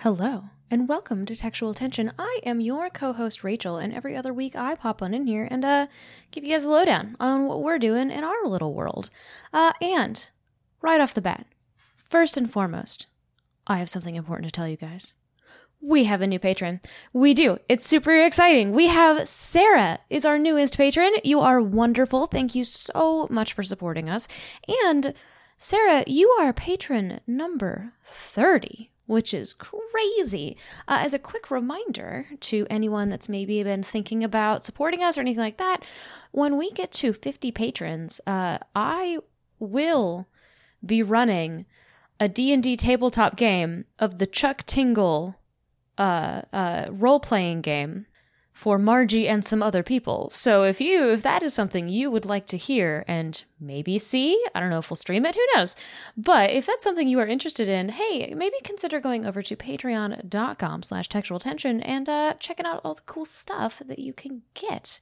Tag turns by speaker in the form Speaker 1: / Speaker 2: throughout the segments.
Speaker 1: Hello, and welcome to Textual Tension. I am your co host, Rachel, and every other week I pop on in here and uh, give you guys a lowdown on what we're doing in our little world. Uh, and right off the bat, first and foremost, I have something important to tell you guys. We have a new patron. We do. It's super exciting. We have Sarah is our newest patron. You are wonderful. Thank you so much for supporting us. And Sarah, you are patron number 30, which is crazy. Uh, as a quick reminder to anyone that's maybe been thinking about supporting us or anything like that, when we get to 50 patrons, uh, I will be running a D&D tabletop game of the Chuck Tingle uh, uh, role-playing game for Margie and some other people. So if you if that is something you would like to hear and maybe see, I don't know if we'll stream it, who knows. But if that's something you are interested in, hey, maybe consider going over to patreon.com slash textual tension and uh, checking out all the cool stuff that you can get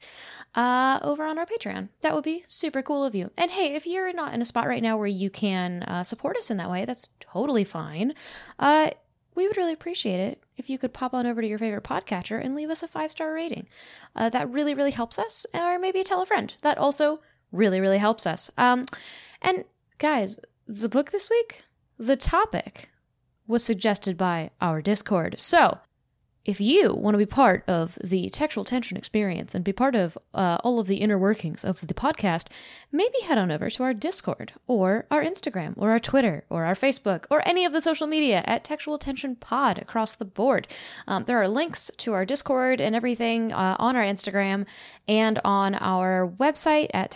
Speaker 1: uh, over on our Patreon. That would be super cool of you. And hey, if you're not in a spot right now where you can uh, support us in that way, that's totally fine. Uh, we would really appreciate it if you could pop on over to your favorite podcatcher and leave us a five star rating. Uh, that really, really helps us, or maybe tell a friend. That also really, really helps us. Um, and guys, the book this week, the topic was suggested by our Discord. So if you want to be part of the textual tension experience and be part of uh, all of the inner workings of the podcast, maybe head on over to our Discord or our Instagram or our Twitter or our Facebook or any of the social media at Textual Tension Pod across the board. Um, there are links to our Discord and everything uh, on our Instagram and on our website at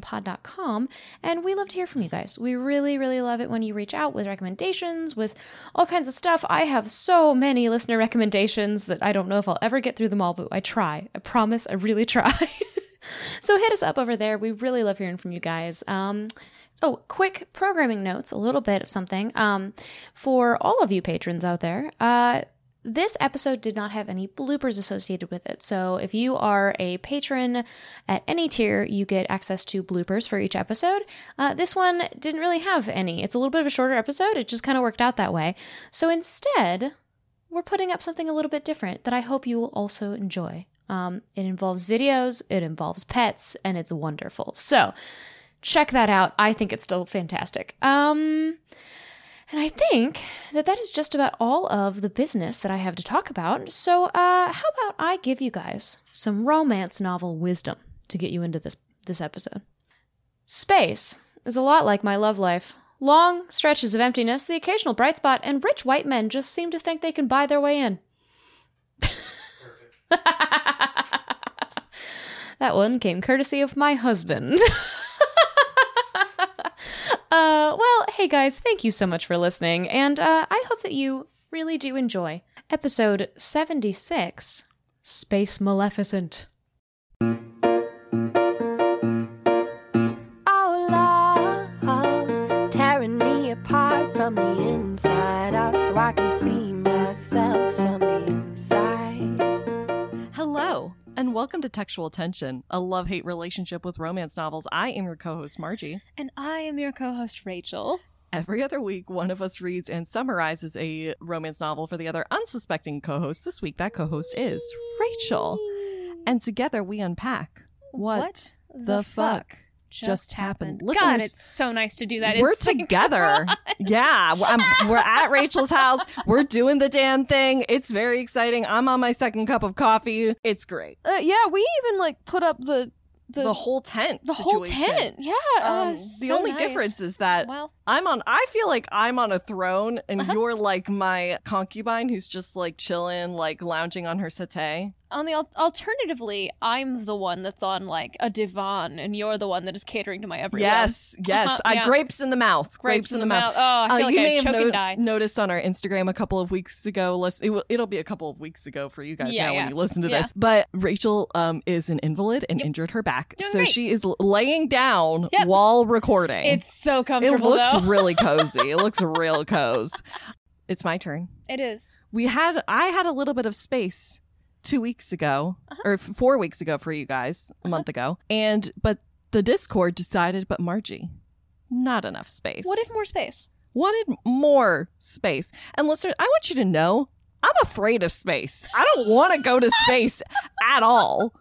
Speaker 1: textualtensionpod.com. And we love to hear from you guys. We really, really love it when you reach out with recommendations, with all kinds of stuff. I have so many listener recommendations that I don't know if I'll ever get through them all, but I try. I promise, I really try. so hit us up over there. We really love hearing from you guys. Um, oh, quick programming notes, a little bit of something um, for all of you patrons out there. Uh, this episode did not have any bloopers associated with it. So, if you are a patron at any tier, you get access to bloopers for each episode. Uh, this one didn't really have any. It's a little bit of a shorter episode. It just kind of worked out that way. So, instead, we're putting up something a little bit different that I hope you will also enjoy. Um, it involves videos, it involves pets, and it's wonderful. So check that out. I think it's still fantastic. Um, and I think that that is just about all of the business that I have to talk about. So uh, how about I give you guys some romance novel wisdom to get you into this this episode? Space is a lot like my love life. Long stretches of emptiness, the occasional bright spot, and rich white men just seem to think they can buy their way in. that one came courtesy of my husband. uh, well, hey guys, thank you so much for listening, and uh, I hope that you really do enjoy episode 76 Space Maleficent.
Speaker 2: from the inside out so I can see myself from the inside.
Speaker 3: Hello, and welcome to Textual Tension, a love hate relationship with romance novels. I am your co host, Margie.
Speaker 1: And I am your co host, Rachel.
Speaker 3: Every other week, one of us reads and summarizes a romance novel for the other unsuspecting co host. This week, that co host is Rachel. And together we unpack what, what the, the, fuck? fuck? just, just happened.
Speaker 1: happened. God, it's so nice to do that.
Speaker 3: We're
Speaker 1: it's
Speaker 3: together. yeah, I'm, we're at Rachel's house. We're doing the damn thing. It's very exciting. I'm on my second cup of coffee. It's great.
Speaker 4: Uh, yeah, we even like put up the
Speaker 3: the, the, whole tent.
Speaker 4: The situation. whole tent. Yeah.
Speaker 1: uh, Oh,
Speaker 4: Um,
Speaker 3: the so only nice. difference is that well, I'm on. I feel like I'm on a throne, and uh-huh. you're like my concubine who's just like chilling, like lounging on her settee.
Speaker 4: On the al- alternatively, I'm the one that's on like a divan, and you're the one that is catering to my every.
Speaker 3: Yes, yes. Uh-huh, I, yeah. grapes in the mouth. Grapes, grapes in, in the, the mouth. mouth.
Speaker 4: Oh, I feel uh, like
Speaker 3: you
Speaker 4: I
Speaker 3: may
Speaker 4: choke
Speaker 3: have no-
Speaker 4: and die.
Speaker 3: noticed on our Instagram a couple of weeks ago. Less, it will, it'll be a couple of weeks ago for you guys yeah, now yeah. when you listen to this. But Rachel um, is an invalid and yep. injured her back,
Speaker 4: Doing
Speaker 3: so
Speaker 4: great.
Speaker 3: she is laying down yep. while recording.
Speaker 4: It's so comfortable.
Speaker 3: It looks
Speaker 4: though.
Speaker 3: really cozy. it looks real cozy. It's my turn.
Speaker 4: It is.
Speaker 3: We had I had a little bit of space two weeks ago uh-huh. or four weeks ago for you guys a uh-huh. month ago, and but the Discord decided, but Margie, not enough space.
Speaker 4: What if more space?
Speaker 3: Wanted more space. And listeners, I want you to know I'm afraid of space. I don't want to go to space at all.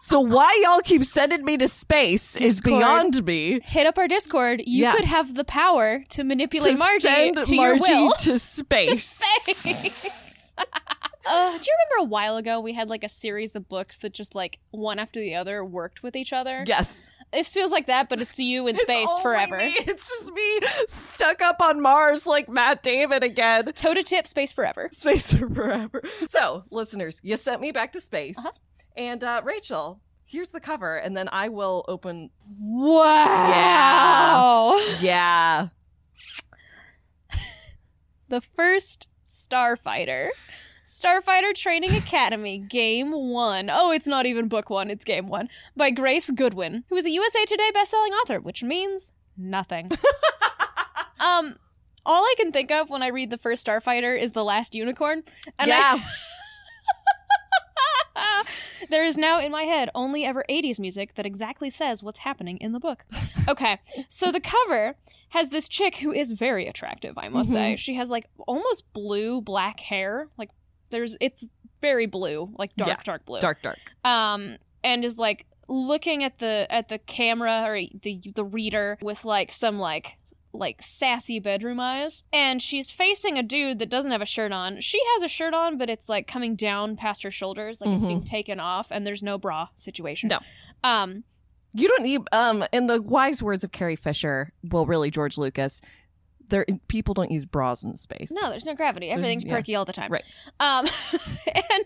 Speaker 3: So why y'all keep sending me to space is
Speaker 1: Discord.
Speaker 3: beyond me.
Speaker 1: Hit up our Discord. You
Speaker 3: Yeah.
Speaker 1: could have the power to manipulate
Speaker 3: To
Speaker 1: Margie
Speaker 3: send
Speaker 1: to your
Speaker 3: Margie
Speaker 1: will.
Speaker 3: to space.
Speaker 1: space. Uh, do you remember a while ago we had like a series of books that just like one after the other worked with each other?
Speaker 3: Yes.
Speaker 1: This feels like that, but it's you in
Speaker 3: It's
Speaker 1: space
Speaker 3: only
Speaker 1: forever.
Speaker 3: me. It's just me stuck up on Mars like Matt Damon again.
Speaker 1: Toe to tip, space forever.
Speaker 3: Space forever. So, listeners, you sent me back to space.
Speaker 1: Uh-huh.
Speaker 3: And uh, Rachel, here's the cover, and then I will open.
Speaker 1: Wow.
Speaker 3: Yeah.
Speaker 1: The first Starfighter. Starfighter Training Academy, Game One. Oh, it's not even Book One, it's Game One. By Grace Goodwin, who is a USA Today bestselling author, which means nothing. um, all I can think of when I read the first Starfighter is The Last Unicorn. And I-
Speaker 3: yeah.
Speaker 1: there is now in my head only ever 80s music that exactly says what's happening in the book. Okay, so the cover has this chick who is very attractive, I must
Speaker 3: Mm-hmm.
Speaker 1: say. She has like almost blue black hair. Like there's it's very blue, like dark
Speaker 3: Yeah,
Speaker 1: dark blue.
Speaker 3: dark, dark.
Speaker 1: Um and is like looking at the at the camera or the the reader with like some like like sassy bedroom eyes and she's facing a dude that doesn't have a shirt on she has a shirt on but it's like coming down past her shoulders like it's
Speaker 3: Mhm.
Speaker 1: being taken off and there's no bra situation
Speaker 3: No.
Speaker 1: um
Speaker 3: You don't need, um, in the wise words of Carrie Fisher, well, really George Lucas, there people don't use bras in space.
Speaker 1: No, there's no gravity. Everything's
Speaker 3: yeah.
Speaker 1: perky all the time.
Speaker 3: Right.
Speaker 1: Um, and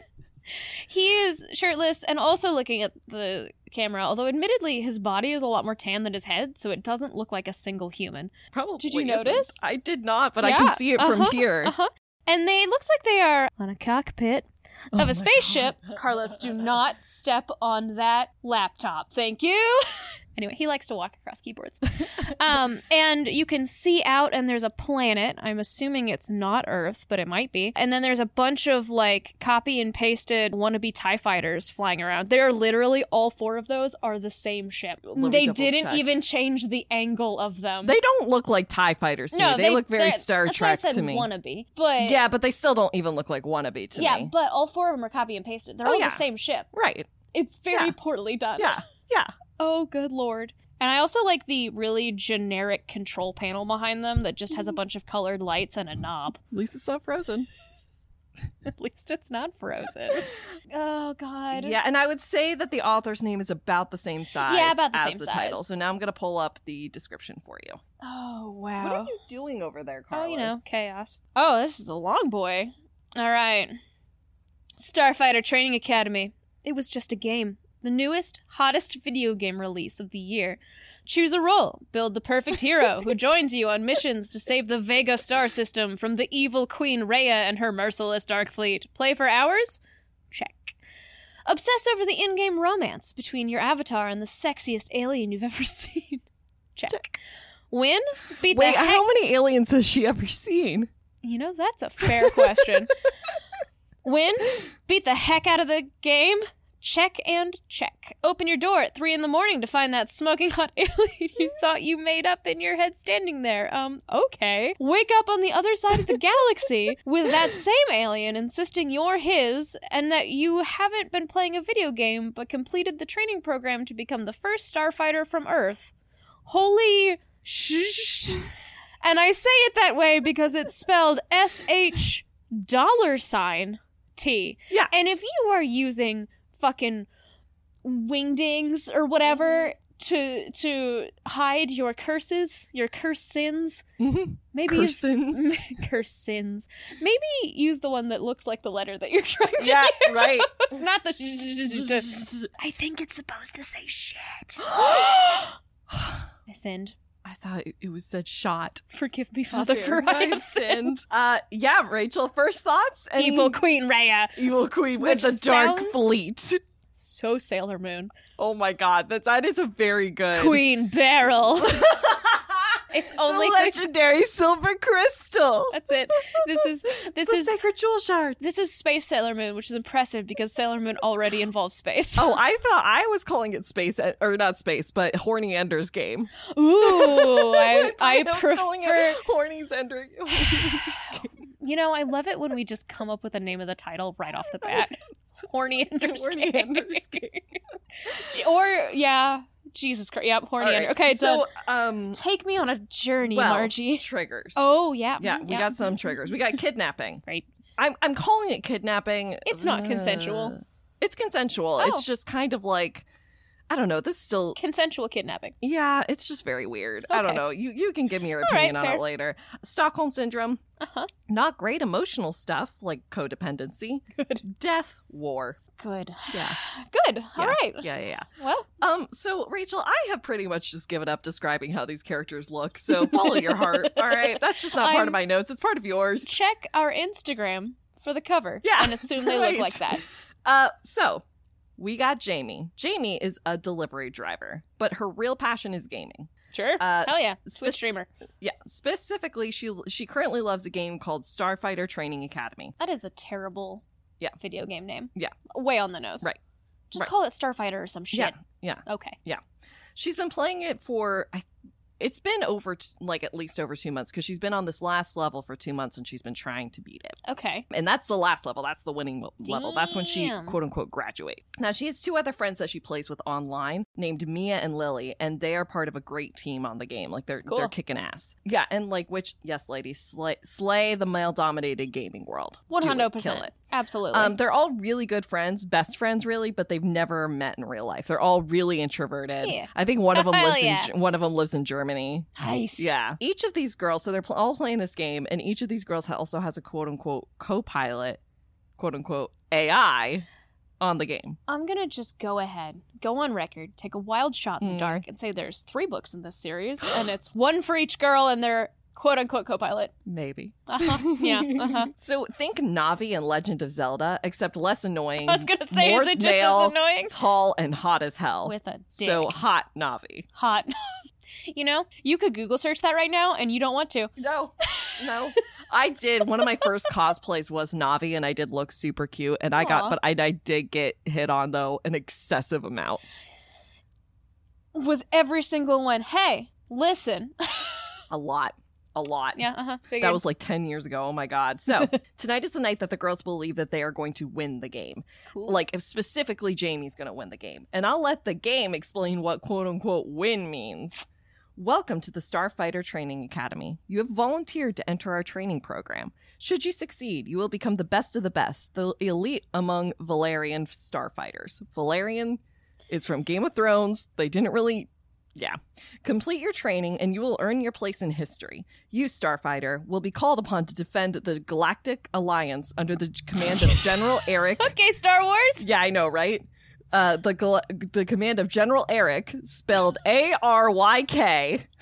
Speaker 1: he is shirtless and also looking at the camera, although admittedly his body is a lot more tan than his head, so it doesn't look like a single human.
Speaker 3: probably.
Speaker 1: Did you
Speaker 3: isn't.
Speaker 1: notice?
Speaker 3: I did not, but I can
Speaker 1: Yeah,
Speaker 3: see it from
Speaker 1: uh-huh,
Speaker 3: here.
Speaker 1: Uh-huh. And they it looks like they are on a cockpit
Speaker 3: Oh
Speaker 1: of
Speaker 3: my
Speaker 1: a spaceship.
Speaker 3: God.
Speaker 1: Carlos, do not step on that laptop. Thank you. Anyway, he likes to walk across keyboards. Um, and you can see out, and there's a planet. I'm assuming it's not Earth, but it might be. And then there's a bunch of like copy and pasted wannabe TIE fighters flying around. They're literally all four of those are the same ship.
Speaker 3: Let me
Speaker 1: They
Speaker 3: double
Speaker 1: didn't
Speaker 3: check.
Speaker 1: even change the angle of them.
Speaker 3: They don't look like TIE fighters to me. They, look very Star
Speaker 1: that's why I
Speaker 3: Trek
Speaker 1: said
Speaker 3: to me.
Speaker 1: Wannabe, but
Speaker 3: Yeah, but they still don't even look like wannabe to
Speaker 1: yeah,
Speaker 3: me.
Speaker 1: but all four of them are copy and pasted. They're
Speaker 3: Oh,
Speaker 1: all
Speaker 3: yeah.
Speaker 1: the same ship.
Speaker 3: Right.
Speaker 1: It's very
Speaker 3: Yeah.
Speaker 1: poorly done.
Speaker 3: Yeah.
Speaker 1: Oh, good lord. And I also like the really generic control panel behind them that just
Speaker 3: Mm-hmm.
Speaker 1: has a bunch of colored lights and a knob.
Speaker 3: At least it's not frozen.
Speaker 1: At least it's not frozen. Oh, God.
Speaker 3: Yeah, and I would say that the author's name is about the same size
Speaker 1: Yeah, about the
Speaker 3: as
Speaker 1: same
Speaker 3: the
Speaker 1: size.
Speaker 3: title. So now I'm going to pull up the description for you.
Speaker 1: Oh,
Speaker 3: What are
Speaker 1: wow.
Speaker 3: you doing over there,
Speaker 1: Oh,
Speaker 3: Carlos?
Speaker 1: you know, chaos. Oh, this is a long boy. All right. Starfighter Training Academy. It was just a game. The newest, hottest video game release of the year. Choose a role. Build the perfect hero who joins you on missions to save the Vega star system from the evil Queen Rhea and her merciless dark fleet. Play for hours? Check. Obsess over the in game romance between your avatar and the sexiest alien you've ever seen. Check. Win? Beat
Speaker 3: Wait,
Speaker 1: the heck
Speaker 3: how many aliens has she ever seen?
Speaker 1: you know, that's a fair question. Win, beat the heck out of the game, check and check. Open your door at three in the morning to find that smoking hot alien you thought you made up in your head standing there. Um, okay. Wake up on the other side of the galaxy with that same alien insisting you're his and that you haven't been playing a video game but completed the training program to become the first starfighter from Earth. Holy shh. And I say it that way because it's spelled S H dollar sign T.
Speaker 3: Yeah.
Speaker 1: And if you are using fucking wingdings or whatever to to hide your curses, your curse sins, maybe use
Speaker 3: Persons.
Speaker 1: curse sins. Maybe use the one that looks like the letter that you're trying to
Speaker 3: yeah, right.
Speaker 1: use, not the. sh- I think it's supposed to say shit. I sinned.
Speaker 3: I thought it- it was said shot.
Speaker 1: Forgive me, Father,
Speaker 3: How
Speaker 1: for
Speaker 3: dare
Speaker 1: I have sinned.
Speaker 3: Uh, yeah, Rachel, first thoughts? Any
Speaker 1: Evil Queen Raya.
Speaker 3: evil queen
Speaker 1: Which
Speaker 3: with the dark
Speaker 1: sounds-
Speaker 3: fleet.
Speaker 1: So Sailor Moon.
Speaker 3: Oh my god, that, that is a very good.
Speaker 1: Queen Barrel. It's only
Speaker 3: the
Speaker 1: Queen-
Speaker 3: legendary silver crystal.
Speaker 1: That's it. This is this
Speaker 3: the
Speaker 1: is
Speaker 3: sacred jewel shards.
Speaker 1: this is Space Sailor Moon, which is impressive because Sailor Moon already involves space.
Speaker 3: Oh, I thought I was calling it space, uh, or not space, but horny Ender's game.
Speaker 1: Ooh, I I
Speaker 3: was calling
Speaker 1: prefer
Speaker 3: it horny Ender. Horny Ender's game.
Speaker 1: You know, I love it when we just come up with the name of the title right off the bat. Horny
Speaker 3: Horny
Speaker 1: understanding.
Speaker 3: underscore.
Speaker 1: or yeah, Jesus Christ. Yep, horny.
Speaker 3: All
Speaker 1: under-
Speaker 3: right,
Speaker 1: okay, so
Speaker 3: so um,
Speaker 1: take me on a journey,
Speaker 3: well,
Speaker 1: Margie.
Speaker 3: triggers.
Speaker 1: Oh yeah,
Speaker 3: yeah,
Speaker 1: mhm,
Speaker 3: we got some triggers. We got kidnapping.
Speaker 1: Right.
Speaker 3: I'm I'm calling it kidnapping.
Speaker 1: It's not consensual.
Speaker 3: Uh, It's consensual.
Speaker 1: Oh.
Speaker 3: It's just kind of like I don't know. This still
Speaker 1: consensual kidnapping.
Speaker 3: yeah. It's just very weird. I don't
Speaker 1: Okay.
Speaker 3: know. You you can give me your
Speaker 1: right,
Speaker 3: opinion on
Speaker 1: fair.
Speaker 3: it later. Stockholm syndrome.
Speaker 1: Uh huh.
Speaker 3: Not great emotional stuff like codependency. Good. Death war.
Speaker 1: Good.
Speaker 3: Yeah.
Speaker 1: Good. All
Speaker 3: Yeah.
Speaker 1: right.
Speaker 3: Yeah. Yeah. Yeah.
Speaker 1: Well,
Speaker 3: Um, so Rachel, I have pretty much just given up describing how these characters look. So follow your heart. All right. That's just not part
Speaker 1: I'm-
Speaker 3: of my notes. It's part of yours.
Speaker 1: check our Instagram for the cover.
Speaker 3: Yeah,
Speaker 1: And assume they
Speaker 3: right.
Speaker 1: look like that.
Speaker 3: Uh so we got Jamie. Jamie is a delivery driver, but her real passion is gaming.
Speaker 1: Sure.
Speaker 3: Uh,
Speaker 1: Hell yeah.
Speaker 3: s-
Speaker 1: Twitch
Speaker 3: spec-
Speaker 1: streamer.
Speaker 3: Yeah, specifically she she currently loves a game called Starfighter Training Academy.
Speaker 1: That is a terrible
Speaker 3: Yeah.
Speaker 1: video game name.
Speaker 3: Yeah.
Speaker 1: Way on the nose.
Speaker 3: Right.
Speaker 1: Just
Speaker 3: Right.
Speaker 1: call it Starfighter or some shit.
Speaker 3: Yeah, yeah.
Speaker 1: Okay.
Speaker 3: She's been playing it for I it's been over t- like at least over 2 months cuz she's been on this last level for 2 months and she's been trying to beat it.
Speaker 1: Okay.
Speaker 3: And that's the last level. That's the winning w- level. That's when she
Speaker 1: Damn.
Speaker 3: quote unquote graduates. Now she has two other friends that she plays with online named Mia and Lily, and they are part of a great team on the game. Like they're
Speaker 1: Cool.
Speaker 3: they're kicking ass. Yeah, and like which yes, ladies, slay, slay the male dominated gaming world. Do it.
Speaker 1: One hundred
Speaker 3: Kill
Speaker 1: percent.
Speaker 3: it.
Speaker 1: Absolutely.
Speaker 3: Um, they're all really good friends, best friends really, but they've never met in real life. They're all really introverted.
Speaker 1: Yeah.
Speaker 3: I think one of them
Speaker 1: Hell
Speaker 3: lives
Speaker 1: yeah.
Speaker 3: in in one of them lives in Germany.
Speaker 1: nice.
Speaker 3: Yeah. Each of these girls, so they're pl- all playing this game, and each of these girls ha- also has a quote unquote co pilot, quote unquote AI on the game.
Speaker 1: I'm gonna just go ahead, go on record, take a wild shot in the
Speaker 3: Mm.
Speaker 1: dark, and say there's three books in this series, and it's one for each girl and their quote unquote co-pilot.
Speaker 3: Maybe.
Speaker 1: Uh-huh. Yeah. Uh-huh.
Speaker 3: So think Navi and Legend of Zelda, except less annoying.
Speaker 1: I was gonna say,
Speaker 3: more
Speaker 1: is it just
Speaker 3: male,
Speaker 1: as annoying?
Speaker 3: Tall and hot as hell.
Speaker 1: With a dick.
Speaker 3: so hot Navi.
Speaker 1: hot. you know, you could Google search that right now, and you don't want to.
Speaker 3: No, no. I did. One of my first cosplays was Navi, and I did look super cute. And I
Speaker 1: Aw.
Speaker 3: got, but I, I did get hit on though an excessive amount.
Speaker 1: Was every single one? Hey, listen.
Speaker 3: A lot, a lot.
Speaker 1: yeah. Uh huh.
Speaker 3: That was like 10 years ago. Oh my God. So tonight is the night that the girls believe that they are going to win the game.
Speaker 1: cool.
Speaker 3: Like, if specifically, Jamie's going to win the game. And I'll let the game explain what quote unquote win means. Welcome to the Starfighter Training Academy. You have volunteered to enter our training program. Should you succeed, you will become the best of the best, the elite among Valerian starfighters. Valerian is from Game of Thrones. They didn't really. Yeah. Complete your training and you will earn your place in history. You, Starfighter, will be called upon to defend the Galactic Alliance under the command of General Eric
Speaker 1: okay, Star Wars.
Speaker 3: yeah, I know, right? Uh, the gl- the command of General Eric, spelled A R Y K.
Speaker 1: It's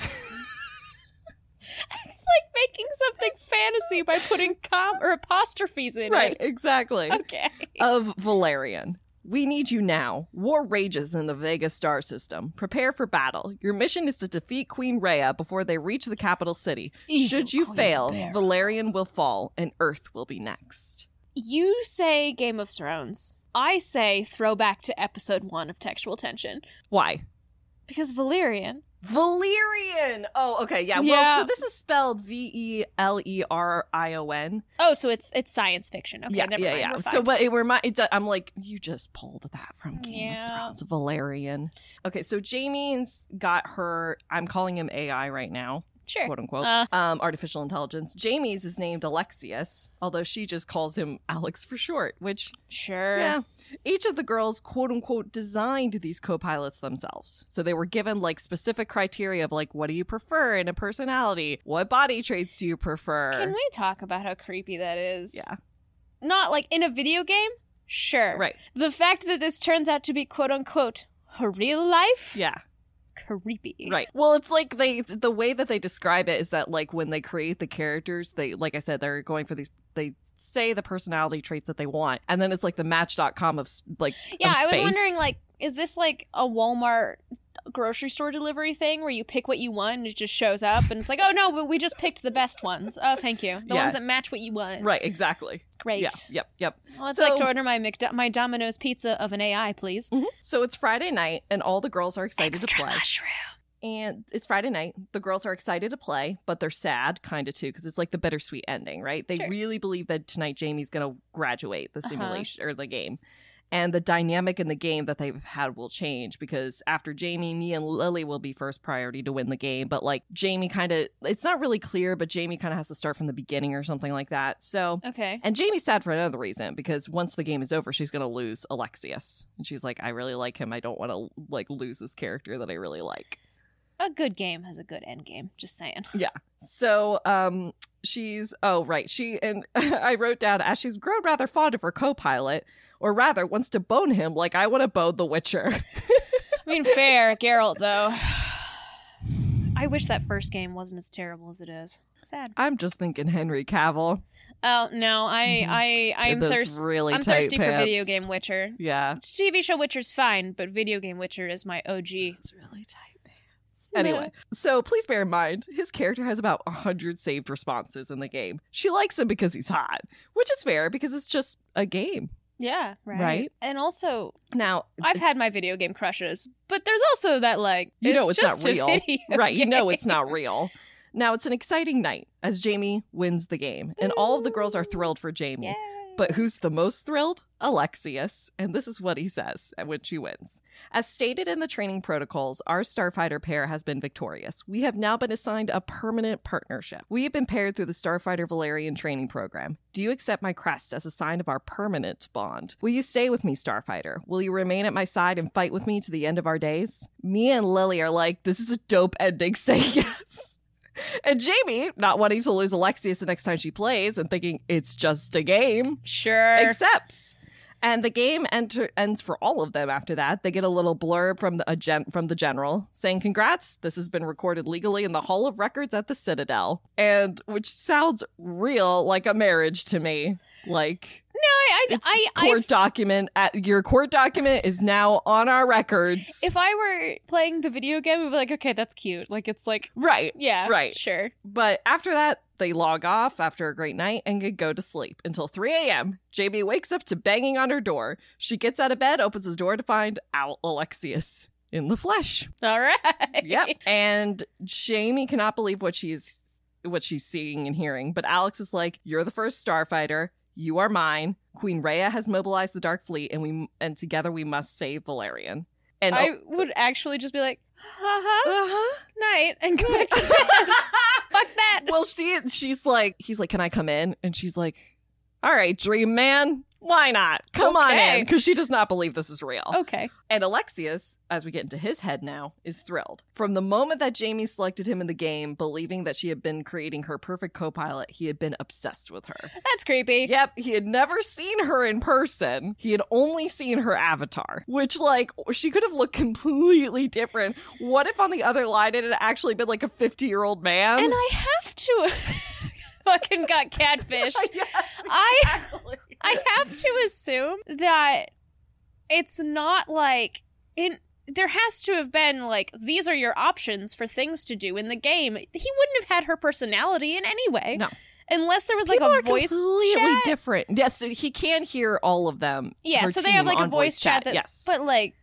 Speaker 1: like making something fantasy by putting com or apostrophes in
Speaker 3: Right, Uh,
Speaker 1: it.
Speaker 3: exactly.
Speaker 1: Okay.
Speaker 3: Of Valerian. We need you now. War rages in the Vega star system. Prepare for battle. Your mission is to defeat Queen Rhea before they reach the capital city. Should you fail, Valerian will fall and Earth will be next.
Speaker 1: You say Game of Thrones. I say throwback to episode one of Textual Tension
Speaker 3: Why?
Speaker 1: because Valyrian.
Speaker 3: Valerian! Oh, okay, yeah.
Speaker 1: Yeah.
Speaker 3: Well, so this is spelled V E L E R I O N.
Speaker 1: Oh, so it's it's science fiction. Okay, never mind. We're fine.
Speaker 3: So, but it remind. It, do- I'm like, you just pulled that from Game
Speaker 1: Yeah.
Speaker 3: of Thrones, Valerian. Okay, so Jamie's got her. I'm calling him AI right now,
Speaker 1: sure.
Speaker 3: quote unquote.
Speaker 1: Uh.
Speaker 3: um, artificial intelligence. Jamie's is named Alexius, although she just calls him Alex for short. Which,
Speaker 1: Sure.
Speaker 3: yeah, each of the girls, quote unquote, designed these co-pilots themselves. So they were given like specific criteria of like, what do you prefer in a personality? What body traits do you prefer?
Speaker 1: Can we talk about how creepy that is?
Speaker 3: Yeah.
Speaker 1: Not like in a video game? Sure.
Speaker 3: Right.
Speaker 1: The fact that this turns out to be quote unquote her real life?
Speaker 3: Yeah.
Speaker 1: Creepy.
Speaker 3: Right. Well, it's like they the way that they describe it is that like when they create the characters, they like I said they're going for these they say the personality traits that they want. And then it's like the match.com of s- like
Speaker 1: Yeah,
Speaker 3: of
Speaker 1: I was
Speaker 3: space.
Speaker 1: wondering like, is this like a Walmart grocery store delivery thing where you pick what you want and it just shows up and it's like, oh no, but we just picked the best ones. Oh, thank you. The
Speaker 3: Yeah.
Speaker 1: ones that match what you want.
Speaker 3: Right, exactly.
Speaker 1: Great.
Speaker 3: Yeah. Yep, yep.
Speaker 1: Well, I'd
Speaker 3: So- Mm.
Speaker 1: like to order my McDo- my Domino's pizza of an AI, please.
Speaker 3: So it's Friday night and all the girls are excited to play. and it's Friday night. The girls are excited to play, but they're sad, kind of too, because it's like the bittersweet ending, right? They
Speaker 1: Sure.
Speaker 3: really believe that tonight Jamie's going to graduate the
Speaker 1: Uh-huh.
Speaker 3: simulation or the game. And the dynamic in the game that they've had will change because after Jamie, me and Lily will be first priority to win the game. But like Jamie kind of, it's not really clear, but Jamie kind of has to start from the beginning or something like that. So
Speaker 1: Okay.
Speaker 3: and Jamie's sad for another reason because once the game is over, she's going to lose Alexius, and she's like, "I really like him. I don't want to like lose this character that I really like."
Speaker 1: A good game has a good end game. Just saying.
Speaker 3: So, um, she's oh right, she and I wrote down as she's grown rather fond of her co-pilot, or rather wants to bone him like I want to bone The Witcher.
Speaker 1: I mean, fair, Geralt, though. I wish that first game wasn't as terrible as it is. Sad.
Speaker 3: I'm just thinking Henry Cavill.
Speaker 1: Oh no, I
Speaker 3: Mhm.
Speaker 1: I I'm
Speaker 3: Those
Speaker 1: thirsty.
Speaker 3: really
Speaker 1: I'm
Speaker 3: tight
Speaker 1: thirsty for
Speaker 3: pants.
Speaker 1: video game Witcher.
Speaker 3: Yeah,
Speaker 1: TV show Witcher's fine, but video game Witcher is my OG.
Speaker 3: it's really tight. pants. Anyway, so please bear in mind his character has about 100 saved responses in the game. She likes him because he's hot, which is fair because it's just a game.
Speaker 1: Yeah, right.
Speaker 3: Right.
Speaker 1: And also,
Speaker 3: Now,
Speaker 1: I've had my video game crushes, but there's also that like
Speaker 3: You know it's not
Speaker 1: just
Speaker 3: real.
Speaker 1: a video
Speaker 3: right, you know
Speaker 1: game.
Speaker 3: it's not real. Now, it's an exciting night as Jamie wins the game, and all of the girls are thrilled for Jamie.
Speaker 1: Yay.
Speaker 3: But who's the most thrilled? Alexius. And this is what he says when she wins. As stated in the training protocols, our starfighter pair has been victorious. We have now been assigned a permanent partnership. We have been paired through the Starfighter Valerian training program. Do you accept my crest as a sign of our permanent bond? Will you stay with me, Starfighter? Will you remain at my side and fight with me to the end of our days? Me and Lily are like, this is a dope ending. Say yes. And Jamie, not wanting to lose Alexius the next time she plays and thinking it's just a game,
Speaker 1: sure.
Speaker 3: accepts. And the game enter- ends for all of them after that. They get a little blurb from the a gen- from the general saying, "Congrats, this has been recorded legally in the Hall of Records at the Citadel." And which sounds real like a marriage to me. Like
Speaker 1: no, I I
Speaker 3: it's
Speaker 1: I, I
Speaker 3: court document at your court document is now on our records.
Speaker 1: if I were playing the video game, I'd be like, okay, that's cute. Like it's like
Speaker 3: right.
Speaker 1: yeah,
Speaker 3: Right.
Speaker 1: sure.
Speaker 3: But after that, they log off after a great night and could go to sleep until 3 a.m. Jamie wakes up to banging on her door. She gets out of bed, opens his door to find Al Alexius in the flesh.
Speaker 1: All right.
Speaker 3: Yep. and Jamie cannot believe what she's what she's seeing and hearing. But Alex is like, "You're the first starfighter. You are mine. Queen Rhea has mobilized the Dark Fleet, and we and together we must save Valerian." And oh,
Speaker 1: I would actually just be like, ha ha,
Speaker 3: uh-huh.
Speaker 1: night, and go back to bed. Fuck that.
Speaker 3: well she she's like he's like can i come in and she's like all right dream man why not come on
Speaker 1: Okay. Oh.
Speaker 3: in because she does not believe this is real
Speaker 1: Okay.
Speaker 3: and alexius as we get into his head now is thrilled from the moment that jamie selected him in the game believing that she had been creating her perfect co-pilot he had been obsessed with her
Speaker 1: That's creepy.
Speaker 3: Yep, he had never seen her in person. He had only seen her avatar, which, like, she could have looked completely different. What if on the other line it had actually been like a 50 year old man?
Speaker 1: And I have to fucking got catfished. I-
Speaker 3: exactly.
Speaker 1: I have to assume that it's not like in there has to have been like these are your options for things to do in the game. He wouldn't have had her personality in any way.
Speaker 3: No.
Speaker 1: Unless there was like
Speaker 3: People
Speaker 1: a
Speaker 3: are
Speaker 1: voice
Speaker 3: completely
Speaker 1: chat.
Speaker 3: different. Yes, he can hear all of them.
Speaker 1: Yeah,
Speaker 3: her
Speaker 1: so they have
Speaker 3: team
Speaker 1: like a
Speaker 3: on
Speaker 1: voice chat, that,
Speaker 3: yes,
Speaker 1: but like,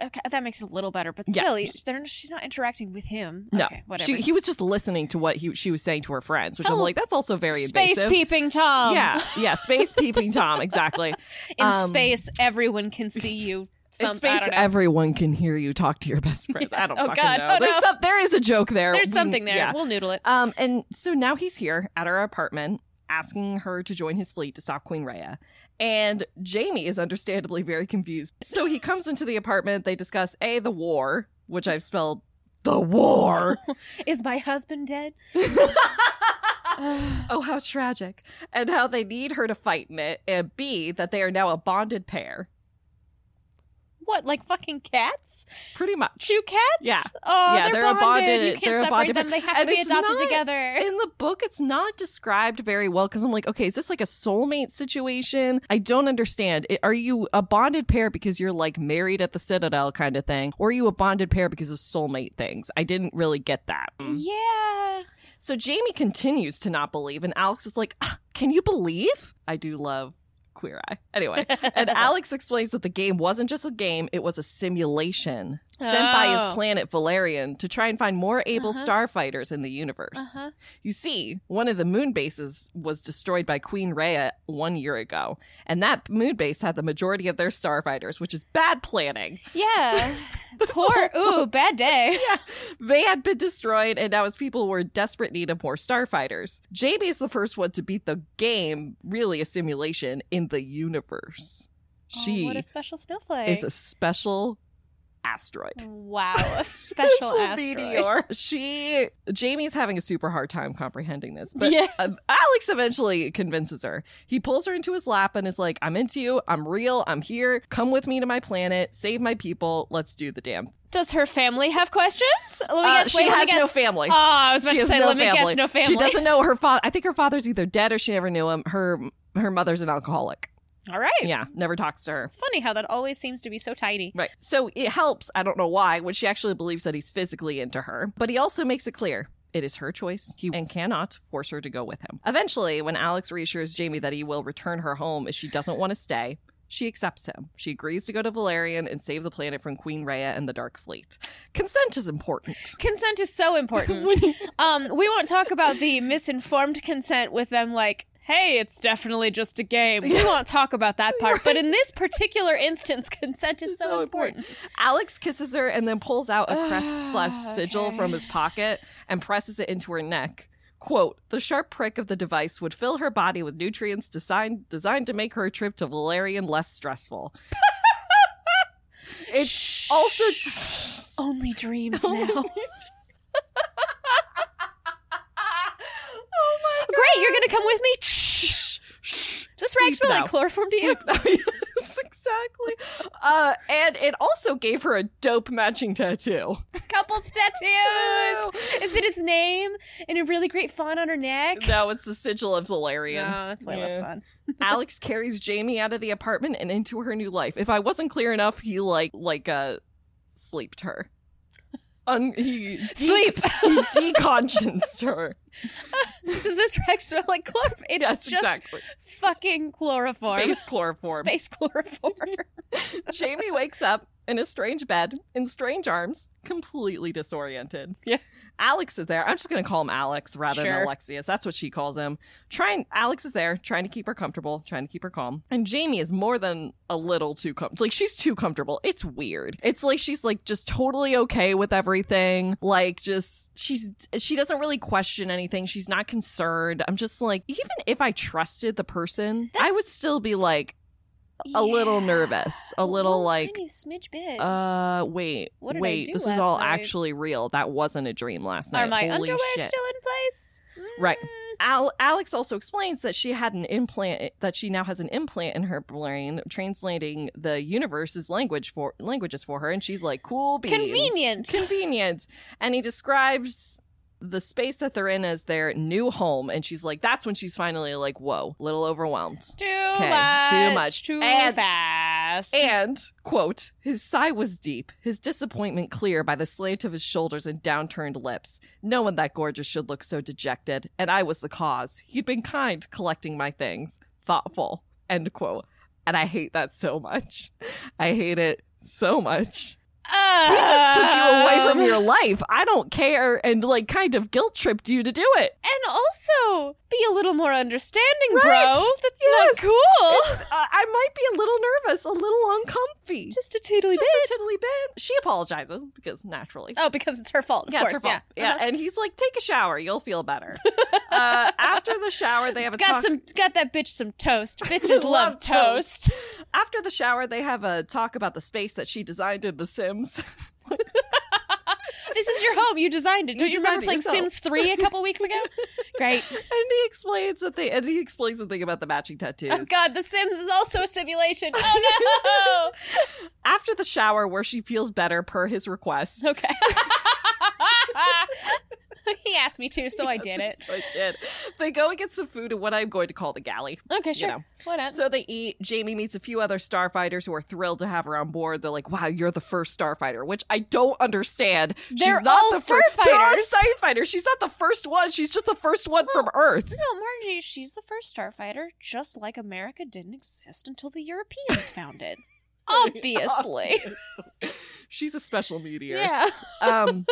Speaker 1: okay, that makes it a little better. But
Speaker 3: Yeah.
Speaker 1: still, he- they're, she's not interacting with him.
Speaker 3: No.
Speaker 1: okay, whatever.
Speaker 3: she, he was just listening to what he, she was saying to her friends, which I'm
Speaker 1: Oh,
Speaker 3: like, that's also very
Speaker 1: space um.
Speaker 3: invasive.
Speaker 1: peeping Tom.
Speaker 3: yeah, yeah, space peeping Tom, exactly.
Speaker 1: in
Speaker 3: Um,
Speaker 1: space, everyone can see you. Some,
Speaker 3: In space,
Speaker 1: I don't know.
Speaker 3: everyone can hear you talk to your best friends. I
Speaker 1: Yes.
Speaker 3: don't
Speaker 1: Oh,
Speaker 3: fucking
Speaker 1: God.
Speaker 3: know.
Speaker 1: Oh,
Speaker 3: There's
Speaker 1: no.
Speaker 3: some, there is a joke there.
Speaker 1: There's
Speaker 3: We-
Speaker 1: something there.
Speaker 3: yeah.
Speaker 1: We'll noodle it.
Speaker 3: Um, and so now he's here at her apartment asking her to join his fleet to stop Queen Rhea. And Jamie is understandably very confused. So he comes into the apartment. They discuss A, the war, which I've spelled the war.
Speaker 1: Is my husband dead? Ugh.
Speaker 3: oh, how tragic. And how they need her to fight in it. And B, that they are now a bonded pair.
Speaker 1: what, like fucking cats?
Speaker 3: Pretty much.
Speaker 1: Two cats?
Speaker 3: Yeah.
Speaker 1: Oh,
Speaker 3: Yeah,
Speaker 1: they're,
Speaker 3: they're a
Speaker 1: bonded.
Speaker 3: bonded-
Speaker 1: You can't
Speaker 3: they're a
Speaker 1: separate
Speaker 3: bonded
Speaker 1: them. They have
Speaker 3: and
Speaker 1: to be
Speaker 3: it's
Speaker 1: adopted
Speaker 3: not-
Speaker 1: together.
Speaker 3: in the book it's not described very well because i'm like okay is this like a soulmate situation i don't understand I- are you a bonded pair because you're like married at the citadel kind of thing or are you a bonded pair because of soulmate things i didn't really get that
Speaker 1: Mm. yeah.
Speaker 3: so jamie continues to not believe and alex is like "Ah, can you believe i do love Queer Eye. Anyway, and Alex explains that the game wasn't just a game, it was a simulation sent by
Speaker 1: Oh.
Speaker 3: his planet Valerian to try and find more able
Speaker 1: Uh-huh.
Speaker 3: starfighters in the universe.
Speaker 1: Uh-huh.
Speaker 3: You see, one of the moon bases was destroyed by Queen Rhea one year ago, and that moon base had the majority of their starfighters, which is bad planning.
Speaker 1: Yeah. Poor. Ooh, bad day.
Speaker 3: They had been destroyed, and now as people were in desperate need of more starfighters. Jamie is the first one to beat the game, really a simulation, in the universe.
Speaker 1: oh,
Speaker 3: She
Speaker 1: what a special snowflake.
Speaker 3: is a special asteroid.
Speaker 1: wow, a special asteroid.
Speaker 3: meteor. She Jamie's having a super hard time comprehending this, but
Speaker 1: Yeah.
Speaker 3: uh, Alex eventually convinces her. He pulls her into his lap and is like, "I'm into you. I'm real. I'm here. Come with me to my planet. Save my people. Let's do the damn."
Speaker 1: Does her family have questions? Let me
Speaker 3: Uh,
Speaker 1: guess.
Speaker 3: she
Speaker 1: wait, let me
Speaker 3: has
Speaker 1: guess.
Speaker 3: no family.
Speaker 1: Oh, I was about
Speaker 3: she
Speaker 1: to
Speaker 3: has
Speaker 1: say,
Speaker 3: no
Speaker 1: let me
Speaker 3: family.
Speaker 1: guess, no family.
Speaker 3: She doesn't know her father. I think her father's either dead or she never knew him. Her her mother's an alcoholic.
Speaker 1: All right.
Speaker 3: Yeah, never talks to her.
Speaker 1: It's funny how that always seems to be so tidy.
Speaker 3: Right. So it helps, I don't know why, when she actually believes that he's physically into her. But he also makes it clear it is her choice he and cannot force her to go with him. Eventually, when Alex reassures Jamie that he will return her home if she doesn't want to stay, she accepts him. She agrees to go to Valerian and save the planet from Queen Rhea and the Dark Fleet. Consent is important.
Speaker 1: Consent is so important. um, we won't talk about the misinformed consent with them like, hey, it's definitely just a game. We won't talk about that part. But in this particular instance, consent is so,
Speaker 3: So important.
Speaker 1: important.
Speaker 3: Alex kisses her and then pulls out a crest slash sigil
Speaker 1: Okay.
Speaker 3: from his pocket and presses it into her neck. Quote, the sharp prick of the device would fill her body with nutrients designed designed to make her trip to Valerian less stressful. it's also
Speaker 1: Only dreams
Speaker 3: Only
Speaker 1: now.
Speaker 3: Oh my
Speaker 1: Great, you're gonna come with me. Shh. This rag smell like chloroform to you.
Speaker 3: Sleep now. yes, exactly. Uh, and it also gave her a dope matching tattoo.
Speaker 1: Couple tattoos. Is it his name and a really great font on her neck?
Speaker 3: No, it's the sigil of Solarian.
Speaker 1: No, that's way less
Speaker 3: Yeah.
Speaker 1: fun.
Speaker 3: Alex carries Jamie out of the apartment and into her new life. If I wasn't clear enough, he like like uh sleeped her. Un- he de-
Speaker 1: Sleep.
Speaker 3: he deconscienced her.
Speaker 1: Does this rag smell like chloroform? It's
Speaker 3: yes,
Speaker 1: just
Speaker 3: exactly.
Speaker 1: fucking chloroform.
Speaker 3: Space chloroform.
Speaker 1: Space chloroform.
Speaker 3: Jamie wakes up in a strange bed, in strange arms, completely disoriented.
Speaker 1: Yeah.
Speaker 3: Alex is there. I'm just going to call him Alex rather
Speaker 1: Sure.
Speaker 3: than Alexius. That's what she calls him. Trying Alex is there, trying to keep her comfortable, trying to keep her calm. And Jamie is more than a little too comfortable. Like she's too comfortable. It's weird. It's like she's like just totally okay with everything. Like just she's she doesn't really question anything. She's not concerned. I'm just like even if I trusted the person, I
Speaker 1: That's-
Speaker 3: would still be like a little
Speaker 1: Yeah.
Speaker 3: nervous, a little
Speaker 1: One
Speaker 3: like,
Speaker 1: tiny smidge bit.
Speaker 3: uh, wait,
Speaker 1: What did I
Speaker 3: wait,
Speaker 1: do
Speaker 3: this is
Speaker 1: last
Speaker 3: all
Speaker 1: night?
Speaker 3: actually real. That wasn't a dream last night.
Speaker 1: Are my
Speaker 3: Holy
Speaker 1: underwear
Speaker 3: shit.
Speaker 1: still in place?
Speaker 3: Right.
Speaker 1: Mm.
Speaker 3: Al- Alex also explains that she had an implant that she now has an implant in her brain, translating the universe's language for languages for her, and she's like, "Cool beans,
Speaker 1: Convenient.
Speaker 3: convenient." And he describes the space that they're in as their new home, and she's like, "That's when she's finally like, whoa, little overwhelmed."
Speaker 1: Too
Speaker 3: Okay,
Speaker 1: much.
Speaker 3: too much.
Speaker 1: Too
Speaker 3: And-
Speaker 1: fast.
Speaker 3: And, quote, his sigh was deep, his disappointment clear by the slant of his shoulders and downturned lips. No one that gorgeous should look so dejected, and I was the cause. He'd been kind, collecting my things, thoughtful, end quote. And I hate that so much. I hate it so much. He just took you away from
Speaker 1: Uh, Um,
Speaker 3: your life. I don't care. And, like, kind of guilt tripped you to do it.
Speaker 1: And also, be a little more understanding,
Speaker 3: Right.
Speaker 1: bro. That's
Speaker 3: Yes.
Speaker 1: not cool.
Speaker 3: It's- uh, I I might be a little nervous, a little uncomfy.
Speaker 1: Just a tiddly
Speaker 3: Just a tiddly bit. She apologizes because naturally.
Speaker 1: Oh, because it's her fault. Of
Speaker 3: Yeah, it's
Speaker 1: course.
Speaker 3: her fault.
Speaker 1: Yeah. Uh-huh.
Speaker 3: Yeah, and he's like, "Take a shower, you'll feel better." uh, after the shower, they have a
Speaker 1: Got
Speaker 3: talk.
Speaker 1: some. Got that bitch some toast. Bitches love
Speaker 3: Love toast.
Speaker 1: toast.
Speaker 3: After the shower, they have a talk about the space that she designed in The Sims.
Speaker 1: This is your home. You designed it.
Speaker 3: You
Speaker 1: Don't you,
Speaker 3: designed
Speaker 1: remember
Speaker 3: it
Speaker 1: playing
Speaker 3: yourself.
Speaker 1: Sims Three a couple weeks ago? Great.
Speaker 3: and he explains that they and he explains something about the matching tattoos.
Speaker 1: Oh God, The Sims is also a simulation. Oh
Speaker 3: After the shower, where she feels better per his request,
Speaker 1: no. okay. he asked me to, so I did it.
Speaker 3: So I did. They go and get some food in what I'm going to call the galley.
Speaker 1: Okay, sure.
Speaker 3: know.
Speaker 1: Why not?
Speaker 3: So they eat. Jamie meets a few other starfighters who are thrilled to have her on board. They're like, "Wow, you're the first starfighter," which I don't understand.
Speaker 1: They're
Speaker 3: She's not
Speaker 1: all
Speaker 3: the first. They're all
Speaker 1: starfighters.
Speaker 3: starfighters. She's not the first one. She's just the first one from Earth.
Speaker 1: no, Margie, she's the first starfighter, just like America didn't exist until the Europeans found it.
Speaker 3: Oh,
Speaker 1: Obviously.
Speaker 3: She's a special meteor.
Speaker 1: Yeah.
Speaker 3: Um.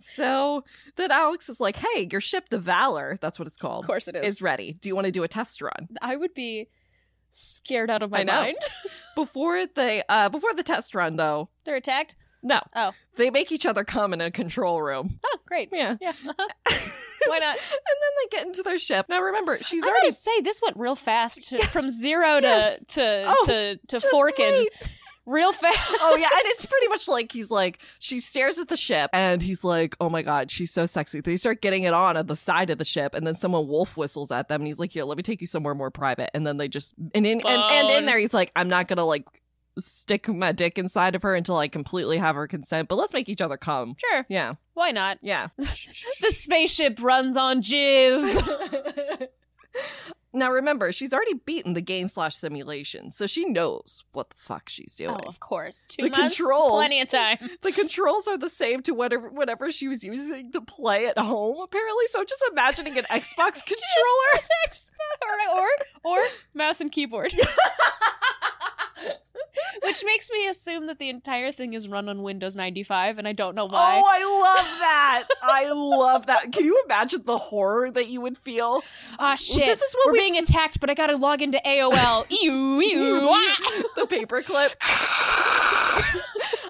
Speaker 3: so then Alex is like, "Hey, your ship, the Valor, that's what it's called,
Speaker 1: Of course it is.
Speaker 3: is ready. Do you want to do a test run?"
Speaker 1: I would be scared out of my
Speaker 3: I know.
Speaker 1: mind.
Speaker 3: Before they, uh, before the test run, though,
Speaker 1: They're attacked.
Speaker 3: no,
Speaker 1: Oh.
Speaker 3: they make each other come in a control room.
Speaker 1: Oh, great.
Speaker 3: Yeah.
Speaker 1: Yeah. Why not?
Speaker 3: And then they get into their ship. Now remember, she's
Speaker 1: Uh, I
Speaker 3: already
Speaker 1: gotta say, this went real fast to,
Speaker 3: Yes.
Speaker 1: from zero to
Speaker 3: Yes.
Speaker 1: to
Speaker 3: Oh,
Speaker 1: to, to
Speaker 3: just
Speaker 1: forking
Speaker 3: wait.
Speaker 1: real fast.
Speaker 3: Oh yeah, and it's pretty much like he's like she stares at the ship and he's like, "Oh my god, she's so sexy." They start getting it on at the side of the ship, and then someone wolf whistles at them, and he's like, "Here, let me take you somewhere more private." And then they just and in and, and in
Speaker 1: Bone.
Speaker 3: there, he's like, "I'm not gonna like stick my dick inside of her until I completely have her consent, but let's make each other come."
Speaker 1: sure,
Speaker 3: Yeah,
Speaker 1: why not?
Speaker 3: yeah.
Speaker 1: The spaceship runs on
Speaker 3: Oh,
Speaker 1: jizz.
Speaker 3: now remember, she's already beaten the game slash simulation, so she knows what the fuck she's
Speaker 1: oh,
Speaker 3: doing.
Speaker 1: of course, two
Speaker 3: The
Speaker 1: months,
Speaker 3: controls.
Speaker 1: plenty of time.
Speaker 3: the controls are the same to whatever whatever she was using to play at home apparently so I'm just imagining an xbox controller
Speaker 1: Just an Xbox- or, or or mouse and keyboard. Which makes me assume that the entire thing is run on Windows 95, and I don't know
Speaker 3: oh
Speaker 1: why.
Speaker 3: i love that i love that can you imagine the horror that you would feel
Speaker 1: Ah, shit.
Speaker 3: this is what
Speaker 1: We're
Speaker 3: we-
Speaker 1: being attacked, but I gotta log into AOL. ew, ew, ah.
Speaker 3: the paperclip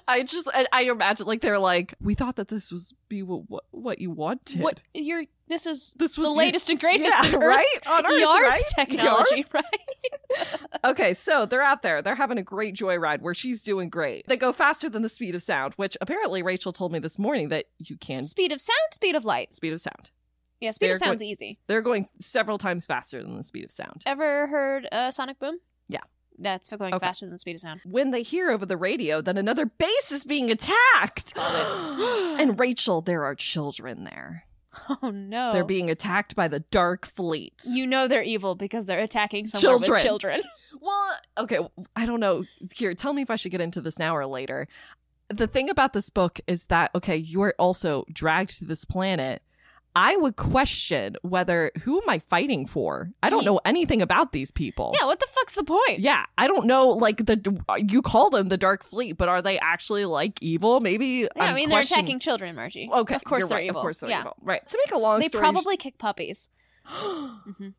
Speaker 3: i just I, I imagine like they're like we thought that this was be what what, what you wanted
Speaker 1: What? You're. This is
Speaker 3: this was
Speaker 1: the
Speaker 3: your-
Speaker 1: latest and greatest
Speaker 3: yeah,
Speaker 1: in Earth,
Speaker 3: right on Earth,
Speaker 1: Yarth
Speaker 3: right? E
Speaker 1: technology,
Speaker 3: Yarth?
Speaker 1: right?
Speaker 3: Okay, so they're out there. They're having a great joyride where she's doing great. They go faster than the speed of sound, which apparently Rachel told me this morning that you can
Speaker 1: Speed of sound, speed of light.
Speaker 3: speed of sound.
Speaker 1: Yeah, speed of
Speaker 3: They're
Speaker 1: sound's easy.
Speaker 3: They're going several times faster than the speed of sound.
Speaker 1: Ever heard uh, Sonic Boom?
Speaker 3: Yeah.
Speaker 1: That's for going
Speaker 3: Okay.
Speaker 1: faster than the speed of sound.
Speaker 3: When they hear over the radio that another base is being attacked, and Rachel, there are children there.
Speaker 1: Oh no.
Speaker 3: They're being attacked by the Dark Fleet.
Speaker 1: You know they're evil because they're attacking someone with
Speaker 3: Children.
Speaker 1: children.
Speaker 3: Well, okay, I don't know. Here, tell me if I should get into this now or later. The thing about this book is that, okay, you are also dragged to this planet. I would question whether who am I fighting for? I don't
Speaker 1: Ye-
Speaker 3: know anything about these people.
Speaker 1: Yeah, what the fuck's the point?
Speaker 3: Yeah, I don't know. Like the uh, you call them the Dark Fleet, but are they actually like evil? Maybe.
Speaker 1: Yeah,
Speaker 3: I'm
Speaker 1: I mean they're
Speaker 3: questioning-
Speaker 1: attacking children, Margie.
Speaker 3: Okay,
Speaker 1: of course
Speaker 3: you're
Speaker 1: they're
Speaker 3: right,
Speaker 1: evil.
Speaker 3: Of course they're
Speaker 1: yeah.
Speaker 3: evil. Right. To make a long
Speaker 1: They
Speaker 3: story,
Speaker 1: probably kick puppies.
Speaker 3: probably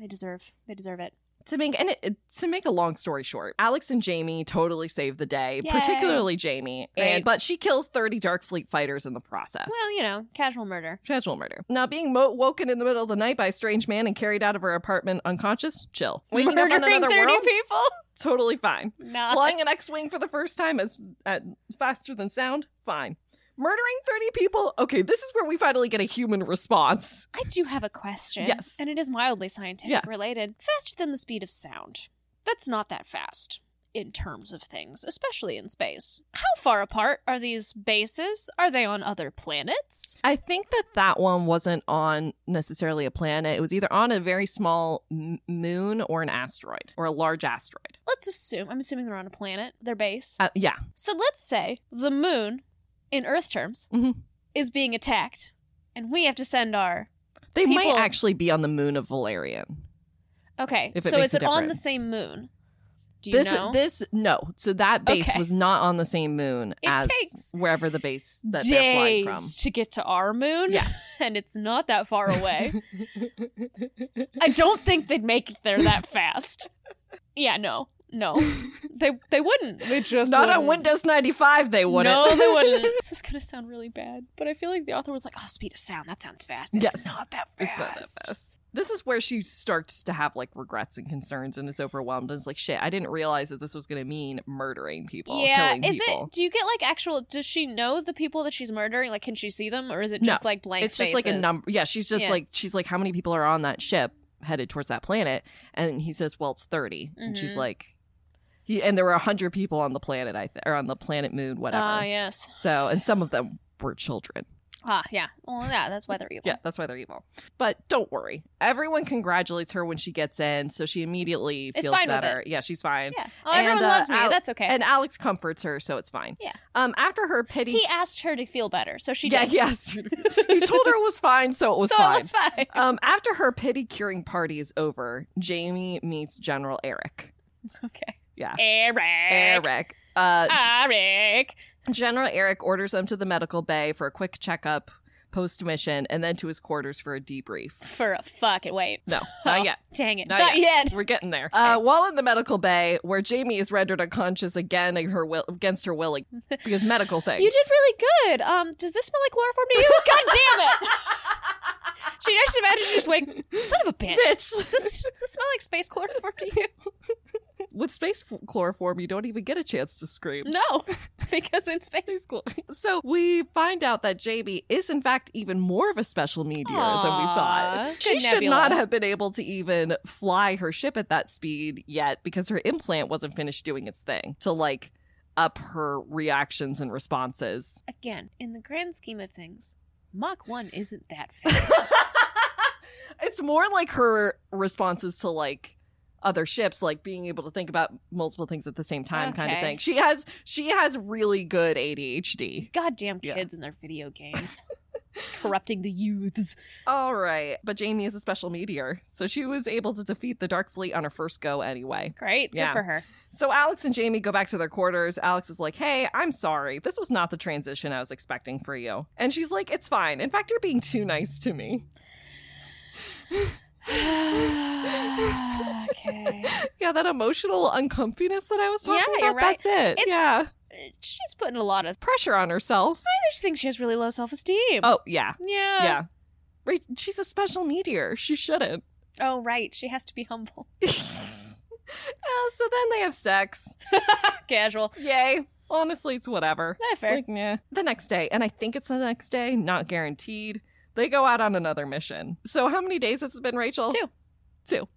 Speaker 1: They deserve. They deserve it.
Speaker 3: to make and it, to make a long story short, Alex and Jamie totally save the day,
Speaker 1: Yay.
Speaker 3: particularly Jamie.
Speaker 1: Great.
Speaker 3: And but she kills 30 Dark Fleet fighters in the process.
Speaker 1: Well, you know, casual murder.
Speaker 3: Casual murder. Now, being mo- woken in the middle of the night by a strange man and carried out of her apartment unconscious, chill. Waking up in
Speaker 1: Murdering
Speaker 3: another
Speaker 1: thirty
Speaker 3: world,
Speaker 1: people.
Speaker 3: totally fine.
Speaker 1: Nah.
Speaker 3: Flying an X-wing for the first time as at faster than sound, fine. Murdering 30 people. Okay, this is where we finally get a human response.
Speaker 1: I do have a question.
Speaker 3: Yes.
Speaker 1: And it is mildly scientific
Speaker 3: Yeah.
Speaker 1: related. Faster than the speed of sound. That's not that fast in terms of things, especially in space. How far apart are these bases? Are they on other planets?
Speaker 3: I think that that one wasn't on necessarily a planet. It was either on a very small m- moon or an asteroid or a large asteroid.
Speaker 1: Let's assume, I'm assuming they're on a planet, their base.
Speaker 3: Uh, yeah.
Speaker 1: so let's say the moon, in Earth terms,
Speaker 3: Mhm.
Speaker 1: is being attacked, and we have to send our.
Speaker 3: They might
Speaker 1: People-
Speaker 3: actually be on the moon of Valerian.
Speaker 1: Okay,
Speaker 3: If it
Speaker 1: so
Speaker 3: makes
Speaker 1: is
Speaker 3: a
Speaker 1: it on the
Speaker 3: difference.
Speaker 1: same moon? Do you
Speaker 3: This
Speaker 1: know?
Speaker 3: this no. So that base
Speaker 1: Okay.
Speaker 3: was not on the same moon
Speaker 1: It
Speaker 3: as
Speaker 1: takes
Speaker 3: wherever the base that
Speaker 1: days
Speaker 3: they're flying from.
Speaker 1: to get to our moon.
Speaker 3: Yeah.
Speaker 1: And it's not that far away. I don't think they'd make it there that fast. Yeah, no. No. They they wouldn't. They just
Speaker 3: not
Speaker 1: wouldn't.
Speaker 3: on Windows 95 they wouldn't.
Speaker 1: No, they wouldn't. this is gonna sound really bad, but I feel like the author was like, "Oh, speed of sound. That sounds fast. It's
Speaker 3: Yes.
Speaker 1: not that fast.
Speaker 3: It's not that fast. This is where she starts to have like regrets and concerns and is overwhelmed and is like, shit, I didn't realize that this was going to mean murdering people,
Speaker 1: yeah,
Speaker 3: killing
Speaker 1: is
Speaker 3: people.
Speaker 1: it? Do you get like actual? Does she know the people that she's murdering? Like, can she see them, or is it
Speaker 3: No.
Speaker 1: just like blank?
Speaker 3: it's just like a
Speaker 1: faces?
Speaker 3: number. Yeah, she's just
Speaker 1: Yeah.
Speaker 3: like, she's like, how many people are on that ship headed towards that planet? And he says, well, it's 30. And she's
Speaker 1: Mhm.
Speaker 3: like, he, and there were 100 people on the planet, I th- or on the planet moon, whatever.
Speaker 1: Ah, yes.
Speaker 3: So, and some of them were children.
Speaker 1: Ah, yeah. Well, yeah, that's why they're evil.
Speaker 3: Yeah, that's why they're evil. But don't worry. Everyone congratulates her when she gets in, so she immediately
Speaker 1: It's
Speaker 3: feels
Speaker 1: fine with
Speaker 3: better. Yeah, she's fine.
Speaker 1: Yeah. Oh,
Speaker 3: And,
Speaker 1: everyone
Speaker 3: uh,
Speaker 1: loves me.
Speaker 3: Al-
Speaker 1: that's okay.
Speaker 3: And Alex comforts her, so it's fine.
Speaker 1: Yeah.
Speaker 3: Um, after her pity,
Speaker 1: he asked her to feel better, so she
Speaker 3: yeah,
Speaker 1: did.
Speaker 3: he asked her. he told her it was fine, so it was
Speaker 1: so
Speaker 3: fine.
Speaker 1: it was fine.
Speaker 3: um, after her pity curing party is over, Jamie meets General Eric.
Speaker 1: okay.
Speaker 3: Yeah.
Speaker 1: Eric. Ah.
Speaker 3: Eric. Uh,
Speaker 1: Eric.
Speaker 3: General Eric orders them to the medical bay for a quick checkup post mission and then to his quarters for a debrief.
Speaker 1: For a fucking wait.
Speaker 3: No, not
Speaker 1: Oh,
Speaker 3: yet.
Speaker 1: Dang it.
Speaker 3: Not
Speaker 1: Not, yet.
Speaker 3: We're getting there. Uh, while in the medical bay, where Jamie is rendered unconscious again in her will, against her will, because medical things.
Speaker 1: You did really good. Um, does this smell like chloroform to you? God damn it. She just imagine she just wake son of a bitch.
Speaker 3: Bitch.
Speaker 1: Does this, does this smell like space chloroform to you?
Speaker 3: With space f- chloroform, you don't even get a chance to scream.
Speaker 1: No, because in space school.
Speaker 3: So we find out that Jamie is, in fact, even more of a special meteor than we
Speaker 1: Aw,
Speaker 3: thought.
Speaker 1: good
Speaker 3: She should
Speaker 1: nebula.
Speaker 3: not have been able to even fly her ship at that speed yet because her implant wasn't finished doing its thing to like up her reactions and responses.
Speaker 1: Again, in the grand scheme of things, Mach 1 isn't that fast.
Speaker 3: it's more like her responses to like other ships like being able to think about multiple things at the same time kind of
Speaker 1: Okay.
Speaker 3: thing. She has she has really good ADHD.
Speaker 1: Goddamn
Speaker 3: Yeah.
Speaker 1: kids and their video games. Corrupting the youths.
Speaker 3: All right, but Jamie is a special meteor, so she was able to defeat the Dark Fleet on her first go anyway.
Speaker 1: Great.
Speaker 3: Yeah.
Speaker 1: Good for her.
Speaker 3: So Alex and Jamie go back to their quarters. Alex is like, "Hey, I'm sorry. This was not the transition I was expecting for you." And she's like, "It's fine. In fact, you're being too nice to me."
Speaker 1: okay.
Speaker 3: Yeah, that emotional uncomfiness that I was talking
Speaker 1: Yeah,
Speaker 3: about.
Speaker 1: you're right.
Speaker 3: That's it.
Speaker 1: It's-
Speaker 3: Yeah.
Speaker 1: She's putting a lot of.
Speaker 3: Pressure on herself.
Speaker 1: I just think she has really low self esteem.
Speaker 3: Oh, yeah.
Speaker 1: yeah.
Speaker 3: yeah. Right, she's a special meteor. She shouldn't.
Speaker 1: Oh, right. She has to be humble.
Speaker 3: uh, so then they have sex.
Speaker 1: Casual.
Speaker 3: Yay. Honestly, it's whatever.
Speaker 1: Yeah,
Speaker 3: It's
Speaker 1: fair.
Speaker 3: like, nah. The next day, and I think it's the next day, not guaranteed. They go out on another mission. So how many days has it been, Rachel?
Speaker 1: Two.
Speaker 3: Two.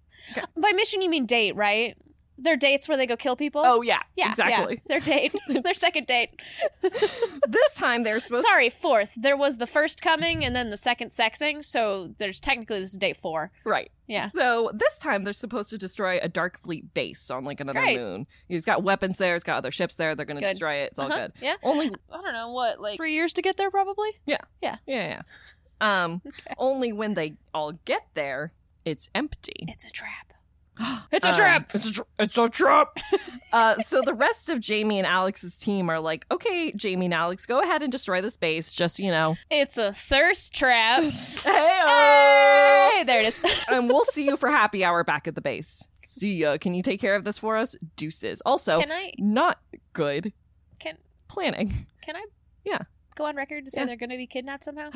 Speaker 1: By mission, you mean date, right? Their dates where they go kill people?
Speaker 3: Oh yeah.
Speaker 1: yeah.
Speaker 3: Exactly.
Speaker 1: Yeah. Their date. Their second date.
Speaker 3: this time they're supposed
Speaker 1: Sorry, fourth. There was the first coming and then the second sexing, so there's technically this is date four.
Speaker 3: Right.
Speaker 1: Yeah.
Speaker 3: So this time they're supposed to destroy a dark fleet base on like another
Speaker 1: Great.
Speaker 3: moon. He's got weapons there, it's got other ships there, they're gonna
Speaker 1: Good.
Speaker 3: destroy it, it's all
Speaker 1: Uh-huh.
Speaker 3: good.
Speaker 1: Yeah.
Speaker 3: Only
Speaker 1: I don't know what, like three years to get there, probably.
Speaker 3: Yeah, yeah. Um, only when they all get there, it's empty.
Speaker 1: It's a trap. It's a
Speaker 3: Um,
Speaker 1: trap.
Speaker 3: It's a, tr- it's a trap. uh, so the rest of Jamie and Alex's team are like, okay, Jamie and Alex, go ahead and destroy the space. Just you know,
Speaker 1: It's a thirst trap.
Speaker 3: hey, Uh.
Speaker 1: hey, there it is.
Speaker 3: and we'll see you for happy hour back at the base. See ya. Can you take care of this for us? Deuces. Also,
Speaker 1: Can I
Speaker 3: not good
Speaker 1: can
Speaker 3: planning.
Speaker 1: can I?
Speaker 3: Yeah.
Speaker 1: Go on record to say
Speaker 3: Yeah.
Speaker 1: they're going to be kidnapped somehow.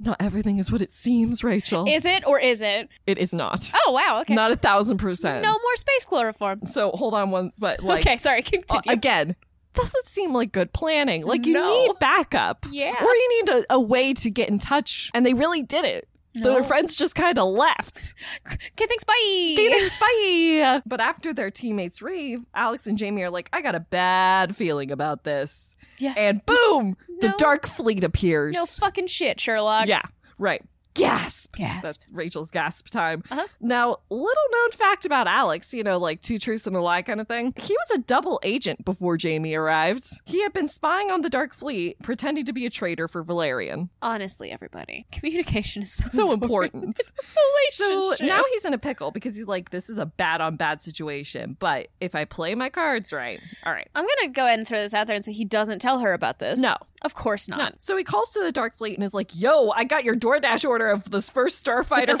Speaker 3: Not everything is what it seems, Rachel.
Speaker 1: Is it or is it?
Speaker 3: it is not.
Speaker 1: Oh wow. Okay.
Speaker 3: Not a thousand percent.
Speaker 1: no more space chloroform.
Speaker 3: So hold on one, but like
Speaker 1: okay. Sorry.
Speaker 3: uh,
Speaker 1: Continue.
Speaker 3: again, doesn't seem like good planning. Like you
Speaker 1: No.
Speaker 3: need backup,
Speaker 1: yeah.
Speaker 3: or you need a, a way to get in touch. And they really did it. Their
Speaker 1: No.
Speaker 3: friends just kind of left.
Speaker 1: Okay. Thanks. Bye.
Speaker 3: Phoenix, bye. But after their teammates leave, Alex and Jamie are like, "I got a bad feeling about this."
Speaker 1: Yeah.
Speaker 3: And boom, the
Speaker 1: No.
Speaker 3: Dark Fleet appears.
Speaker 1: No fucking shit, Sherlock.
Speaker 3: yeah. Right. Gasp.
Speaker 1: Gasp.
Speaker 3: That's Rachel's gasp time.
Speaker 1: Uh-huh.
Speaker 3: Now, little known fact about Alex, you know, like two truths and a lie kind of thing. He was a double agent before Jamie arrived. He had been spying on the Dark Fleet, pretending to be a traitor for Valerian.
Speaker 1: Honestly, everybody, communication is so,
Speaker 3: So important. so
Speaker 1: Relationship.
Speaker 3: now he's in a pickle because he's like, this is a bad on bad situation. But if I play my cards right, all right.
Speaker 1: I'm gonna go ahead and throw this out there and say he doesn't tell her about this.
Speaker 3: No.
Speaker 1: of course
Speaker 3: No.
Speaker 1: not.
Speaker 3: So he calls to the Dark Fleet and is like, yo, I got your DoorDash order of this first starfighter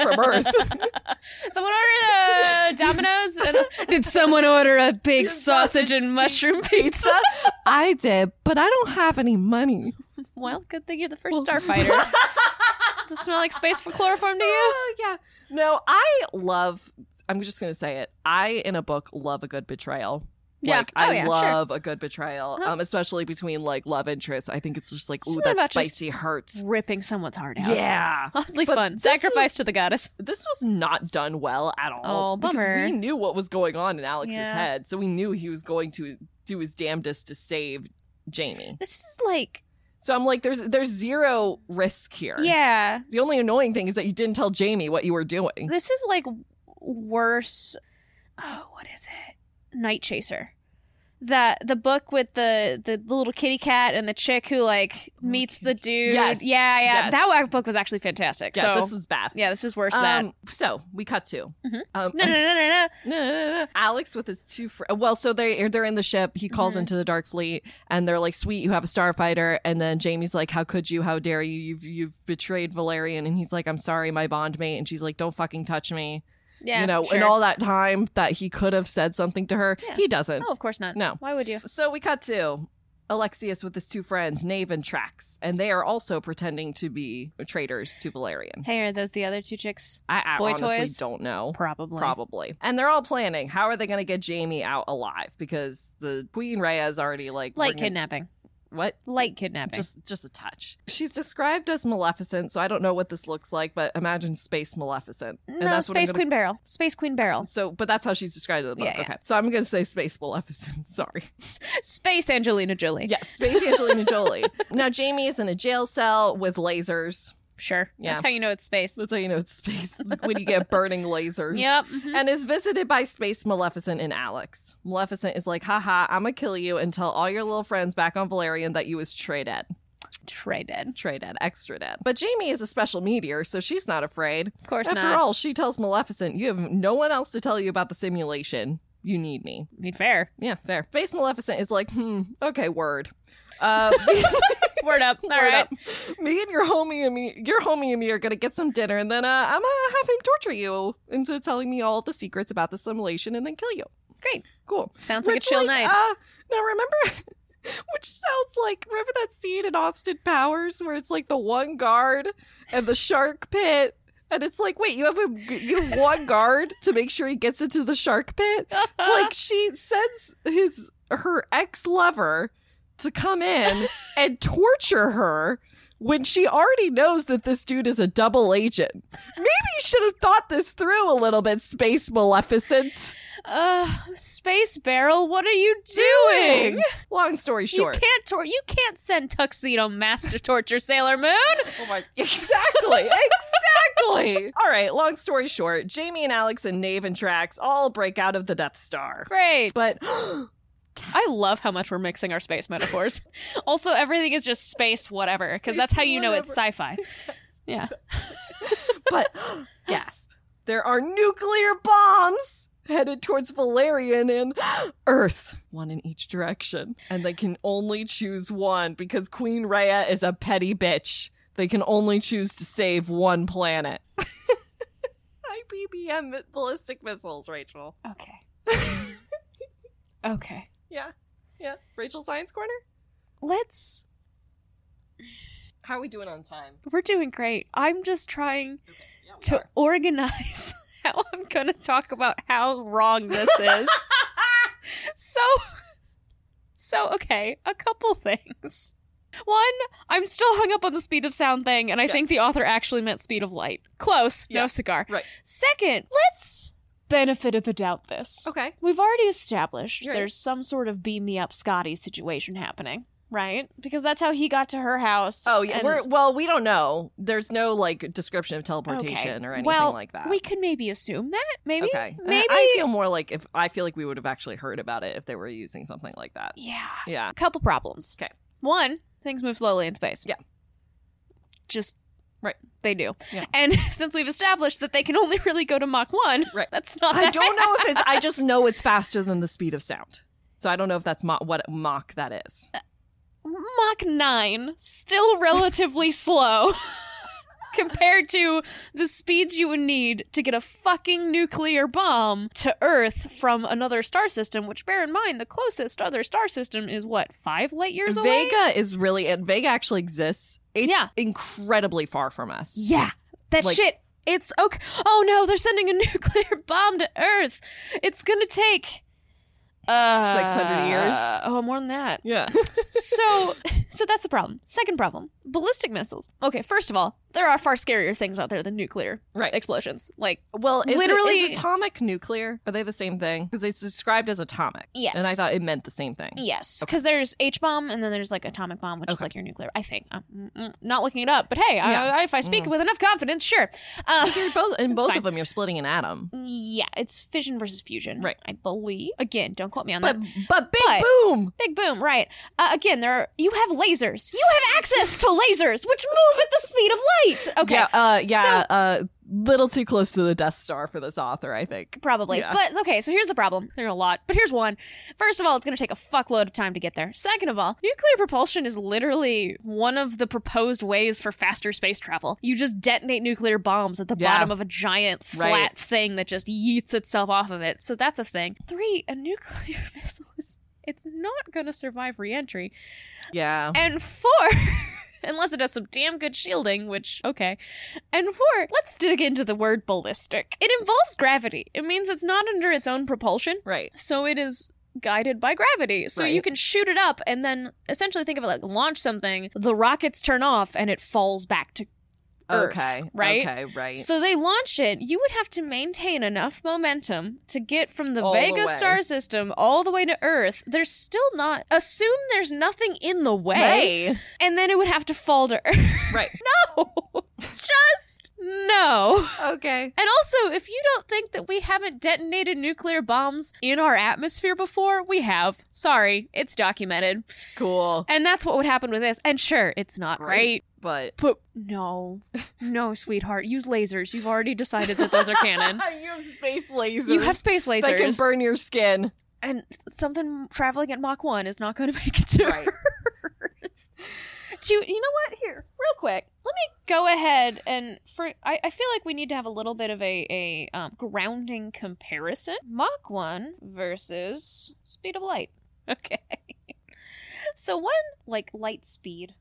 Speaker 3: from Earth.
Speaker 1: Someone order the Domino's. And- Did someone order a big sausage and mushroom pizza?
Speaker 3: I did, but I don't have any money.
Speaker 1: Well, good thing you're the first starfighter. Does it smell like space for chloroform to you?
Speaker 3: Oh, yeah. No, I love. I'm just gonna say it. I in a book love a good betrayal.
Speaker 1: Yeah.
Speaker 3: Like,
Speaker 1: Oh,
Speaker 3: I
Speaker 1: yeah, sure.
Speaker 3: love a good betrayal,
Speaker 1: Uh-huh.
Speaker 3: um, especially between like love interests. I think it's just like, ooh,
Speaker 1: Something
Speaker 3: that
Speaker 1: about just-
Speaker 3: spicy hurt.
Speaker 1: Ripping someone's heart out.
Speaker 3: Yeah,
Speaker 1: Oddly
Speaker 3: But
Speaker 1: fun.
Speaker 3: this
Speaker 1: Sacrifice
Speaker 3: was-
Speaker 1: to the goddess.
Speaker 3: this was not done well at all.
Speaker 1: Oh,
Speaker 3: because
Speaker 1: bummer.
Speaker 3: We knew what was going on in Alex's
Speaker 1: Yeah.
Speaker 3: head, so we knew he was going to do his damnedest to save Jamie.
Speaker 1: This is like
Speaker 3: So I'm like, there's there's zero risk here.
Speaker 1: Yeah.
Speaker 3: The only annoying thing is that you didn't tell Jamie what you were doing.
Speaker 1: This is like w- worse. Oh, what is it? Night Chaser. That the book with the the little kitty cat and the chick who like
Speaker 3: Little
Speaker 1: meets
Speaker 3: kitty
Speaker 1: the dude.
Speaker 3: Yes,
Speaker 1: Yeah, yeah.
Speaker 3: yes.
Speaker 1: That wa- book was actually fantastic.
Speaker 3: Yeah,
Speaker 1: so
Speaker 3: this is bad.
Speaker 1: yeah, this is worse than
Speaker 3: Um, so we cut to
Speaker 1: Mhm.
Speaker 3: um,
Speaker 1: no, no, no, no, no.
Speaker 3: No, no, no, no. Alex with his two friends. Well, so they er, they're in the ship. He calls
Speaker 1: Mhm.
Speaker 3: into the Dark Fleet, and they're like, "Sweet, you have a starfighter." And then Jamie's like, "How could you? How dare you? You've you've betrayed Valerian." And he's like, "I'm sorry, my bond mate." And she's like, "Don't fucking touch me."
Speaker 1: Yeah,
Speaker 3: you know,
Speaker 1: sure.
Speaker 3: and all that time that he could have said something to her,
Speaker 1: Yeah.
Speaker 3: he doesn't.
Speaker 1: Oh, of course not.
Speaker 3: No.
Speaker 1: Why would you?
Speaker 3: So we cut to Alexius with his two friends, Knave and Trax, and they are also pretending to be traitors to Valerian.
Speaker 1: Hey, are those the other two chicks?
Speaker 3: I, I
Speaker 1: Boy
Speaker 3: honestly
Speaker 1: toys?
Speaker 3: don't know.
Speaker 1: Probably.
Speaker 3: Probably. And they're all planning how are they going to get Jamie out alive because the Queen Rhea is already like
Speaker 1: Light
Speaker 3: bringing-
Speaker 1: kidnapping.
Speaker 3: What?
Speaker 1: Light kidnapping.
Speaker 3: Just just a touch. She's described as Maleficent, so I don't know what this looks like, but imagine space Maleficent. And
Speaker 1: no,
Speaker 3: that's what I'm
Speaker 1: Space
Speaker 3: gonna-
Speaker 1: Queen Barrel. Space Queen Barrel.
Speaker 3: So, but that's how she's described in the book.
Speaker 1: Yeah, yeah.
Speaker 3: Okay, so I'm going to say space Maleficent. Sorry.
Speaker 1: Space Angelina Jolie.
Speaker 3: Yes, space Angelina Jolie. Now Jamie is in a jail cell with lasers.
Speaker 1: Sure.
Speaker 3: Yeah.
Speaker 1: That's how you know it's space.
Speaker 3: That's how you know it's space when you get burning lasers.
Speaker 1: Yep. mhm.
Speaker 3: and is visited by Space Maleficent and Alex. Maleficent is like, haha, I'm gonna kill you and tell all your little friends back on Valerian that you was Trey dead.
Speaker 1: Tray dead.
Speaker 3: Trey dead, extra dead. But Jamie is a special meteor, so she's not afraid.
Speaker 1: Of course
Speaker 3: After
Speaker 1: not.
Speaker 3: all, she tells Maleficent, you have no one else to tell you about the simulation. You need me.
Speaker 1: I mean, fair.
Speaker 3: Yeah, fair. Space Maleficent is like, hmm, okay, word. Uh,
Speaker 1: Word up. All right.
Speaker 3: word up. Me and your homie and me, your homie and me are gonna get some dinner, and then uh, I'm gonna have him torture you into telling me all the secrets about the simulation, and then kill you.
Speaker 1: Great.
Speaker 3: cool.
Speaker 1: Sounds like
Speaker 3: Which,
Speaker 1: a chill
Speaker 3: like,
Speaker 1: night.
Speaker 3: Uh, now remember, which sounds like remember that scene in Austin Powers where it's like the one guard and the shark pit. And it's like, wait, you have a you have one guard to make sure he gets into the shark pit. uh, Like she sends his her ex lover to come in and torture her when she already knows that this dude is a double agent. Maybe you should have thought this through a little bit, Space Maleficent.
Speaker 1: uh, space barrel. What are you doing?
Speaker 3: Long story short.
Speaker 1: You can't tor- You can't send tuxedo master torture Sailor Moon.
Speaker 3: Oh my Exactly. Exactly. all right, long story short, Jamie and Alex and Nave and Trax all break out of the Death Star.
Speaker 1: Great.
Speaker 3: But
Speaker 1: I love how much we're mixing our space metaphors. also, everything is just space whatever because
Speaker 3: Space
Speaker 1: that's how you know it's
Speaker 3: whatever.
Speaker 1: sci-fi. Yeah.
Speaker 3: but gasp. There are nuclear bombs headed towards Valerian and Earth, one in each direction. And they can only choose one because Queen Rhea is a petty bitch. They can only choose to save one planet. IPBM ballistic missiles, Rachel.
Speaker 1: Okay. okay.
Speaker 3: Yeah. Yeah. Rachel Science Corner?
Speaker 1: Let's.
Speaker 3: How are we doing on time?
Speaker 1: We're doing great. I'm just trying
Speaker 3: Okay.
Speaker 1: to organize how I'm going to talk about how wrong this is. so, so, okay, a couple things. One, I'm still hung up on the speed of sound thing, and I
Speaker 3: Yeah.
Speaker 1: think the author actually meant speed of light. Close,
Speaker 3: Yeah,
Speaker 1: no cigar.
Speaker 3: right.
Speaker 1: Second, let's benefit of the doubt this.
Speaker 3: okay.
Speaker 1: We've already established
Speaker 3: Right.
Speaker 1: there's some sort of beam me up Scotty situation happening, right? Because that's how he got to her house.
Speaker 3: Oh yeah.
Speaker 1: and-
Speaker 3: We're well, we don't know. There's no like description of teleportation
Speaker 1: Okay.
Speaker 3: or anything
Speaker 1: Well,
Speaker 3: like that.
Speaker 1: We could maybe assume that. Maybe.
Speaker 3: Okay. I-
Speaker 1: Maybe.
Speaker 3: I feel more like if I feel like we would have actually heard about it if they were using something like that.
Speaker 1: yeah.
Speaker 3: Yeah.
Speaker 1: A couple problems.
Speaker 3: Okay.
Speaker 1: One, things move slowly in space.
Speaker 3: Yeah.
Speaker 1: Just.
Speaker 3: Right.
Speaker 1: They do.
Speaker 3: Yeah.
Speaker 1: And since we've established that they can only really go to Mach 1,
Speaker 3: Right.
Speaker 1: that's not
Speaker 3: I
Speaker 1: that
Speaker 3: don't know if it's I just
Speaker 1: fast.
Speaker 3: know it's faster than the speed of sound. So I don't know if that's mo- what mock that is.
Speaker 1: Mach 9, still relatively slow. Compared to the speeds you would need to get a fucking nuclear bomb to Earth from another star system, which bear in mind, the closest other star system is what, five light years away?
Speaker 3: Vega is really and Vega actually exists. It's
Speaker 1: Yeah.
Speaker 3: incredibly far from us.
Speaker 1: Yeah, that
Speaker 3: Like-
Speaker 1: shit. It's okay. Oh no, they're sending a nuclear bomb to Earth. It's gonna take uh,
Speaker 3: 600 years.
Speaker 1: Oh, more than that.
Speaker 3: Yeah.
Speaker 1: so, so that's a problem. Second problem. ballistic missiles. Okay, first of all, there are far scarier things out there than nuclear
Speaker 3: Right.
Speaker 1: explosions. Like,
Speaker 3: Well, is it-
Speaker 1: Literally-
Speaker 3: is atomic nuclear. Are they the same thing? Because it's described as atomic.
Speaker 1: Yes.
Speaker 3: and I thought it meant the same thing.
Speaker 1: yes, because there's H bomb and then there's like atomic bomb, which is
Speaker 3: Okay.
Speaker 1: like your nuclear. I think. Um, mm, mm, not looking it up, but hey, I-
Speaker 3: Yeah. Mm.
Speaker 1: I, if I speak with enough confidence, sure. Uh,
Speaker 3: So you're both, in
Speaker 1: It's
Speaker 3: both
Speaker 1: fine.
Speaker 3: of them, you're splitting an atom.
Speaker 1: yeah, it's fission versus fusion,
Speaker 3: Right.
Speaker 1: I believe. Again, don't quote me on that.
Speaker 3: But but big
Speaker 1: But-
Speaker 3: boom.
Speaker 1: Big boom, right? Uh, again, there are, you have lasers. You have access to lasers, which move at the speed of light. Okay,
Speaker 3: Yeah, uh, yeah, uh, little too close to the Death Star for this author, I think.
Speaker 1: probably.
Speaker 3: Yeah.
Speaker 1: But okay, so here's the problem. There are a lot, but here's one. First of all, it's going to take a fuckload of time to get there. Second of all, nuclear propulsion is literally one of the proposed ways for faster space travel. You just detonate nuclear bombs at the
Speaker 3: Yeah.
Speaker 1: bottom of a giant flat
Speaker 3: Right.
Speaker 1: thing that just yeets itself off of it. So that's a thing. Three, a nuclear missile is it's not going to survive reentry.
Speaker 3: Yeah,
Speaker 1: And four, unless it does some damn good shielding, which, okay. And four, let's dig into the word ballistic. It involves gravity, it means it's not under its own propulsion,
Speaker 3: right.
Speaker 1: so it is guided by gravity. So you
Speaker 3: Right.
Speaker 1: can shoot it up and then essentially think of it like launch something, the rockets turn off, and it falls back to Earth.
Speaker 3: okay,
Speaker 1: right?
Speaker 3: Okay, right.
Speaker 1: So they launched it. You would have to maintain enough momentum to get from the
Speaker 3: All the
Speaker 1: Vega
Speaker 3: way.
Speaker 1: star system all the way to Earth. There's still not assume there's nothing in the way
Speaker 3: Hey.
Speaker 1: and then it would have to fall to earth.
Speaker 3: Right.
Speaker 1: No, just no.
Speaker 3: Okay.
Speaker 1: And also, if you don't think that we haven't detonated nuclear bombs in our atmosphere before, we have. Sorry, it's documented.
Speaker 3: Cool.
Speaker 1: And that's what would happen with this. And sure, it's not great,
Speaker 3: Great. But
Speaker 1: but no, no, sweetheart, use lasers. You've already decided that those are canon.
Speaker 3: you have space lasers.
Speaker 1: You have space lasers.
Speaker 3: That can burn your skin.
Speaker 1: and something traveling at Mach 1 is not going to make it to
Speaker 3: Right.
Speaker 1: Do you, you know what? Here, real quick, let me go ahead and for I, I feel like we need to have a little bit of a a um, grounding comparison. Mach one versus speed of light. Okay. So one like light speed,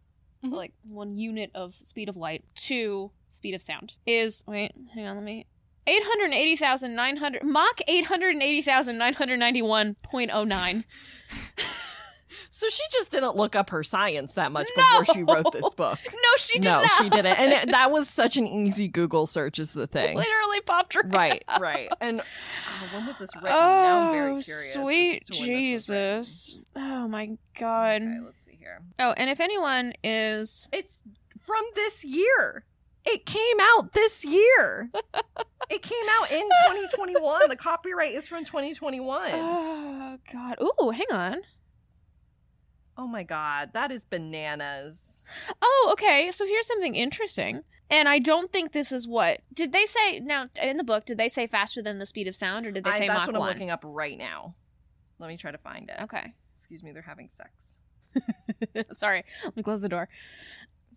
Speaker 1: so
Speaker 3: Mhm.
Speaker 1: like one unit of speed of light. Two speed of sound is wait, hang on, let me. 880,900 Mach 880,991.09.
Speaker 3: So she just didn't look up her science that much
Speaker 1: No!
Speaker 3: before she wrote this book.
Speaker 1: No, she did
Speaker 3: no,
Speaker 1: not.
Speaker 3: she didn't. And it, that was such an easy Google search is the thing.
Speaker 1: Literally popped her
Speaker 3: right, right. And oh, when was this written? now I'm very curious. as to
Speaker 1: Oh, Sweet
Speaker 3: when this was written.
Speaker 1: Jesus. Oh my god.
Speaker 3: Okay, let's see here.
Speaker 1: Oh, and if anyone is
Speaker 3: It's from this year. It came out this year. it came out in 2021. The copyright is from 2021.
Speaker 1: Oh god. Ooh, hang on.
Speaker 3: oh my god, that is bananas.
Speaker 1: Oh, okay. So here's something interesting. And I don't think this is what did they say now in the book, did they say faster than the speed of sound or did they
Speaker 3: I-
Speaker 1: say
Speaker 3: that's
Speaker 1: Mach
Speaker 3: what I'm
Speaker 1: one?
Speaker 3: looking up right now. Let me try to find it.
Speaker 1: Okay.
Speaker 3: Excuse me, they're having sex.
Speaker 1: Sorry. Let me close the door.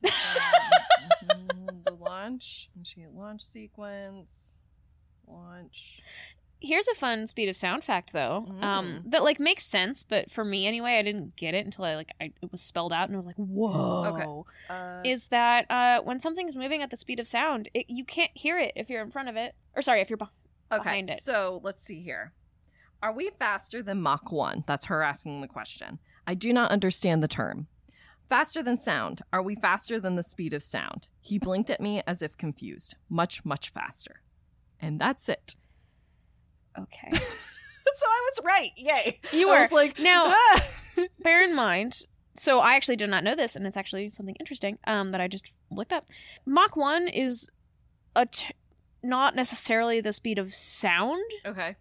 Speaker 3: Um, mhm, the launch, initiate launch sequence, launch.
Speaker 1: Here's a fun speed of sound fact though. Um
Speaker 3: Mm.
Speaker 1: that like makes sense, but for me anyway, I didn't get it until I like I, it was spelled out and I was like, "Whoa."
Speaker 3: Uh,
Speaker 1: is that uh, when something's moving at the speed of sound, it, you can't hear it if you're in front of it. Or sorry, if you're behind.
Speaker 3: okay,
Speaker 1: behind it.
Speaker 3: so let's see here. Are we faster than Mach 1? That's her asking the question. I do not understand the term. Faster than sound. Are we faster than the speed of sound? He blinked at me as if confused. Much, much faster. And that's it.
Speaker 1: Okay.
Speaker 3: So I was right. Yay.
Speaker 1: You
Speaker 3: I
Speaker 1: were.
Speaker 3: was like,
Speaker 1: Now-
Speaker 3: ah!
Speaker 1: Bear in mind, so I actually did not know this, and it's actually something interesting um, that I just looked up. Mach 1 is a t- not necessarily the speed of sound
Speaker 3: Okay.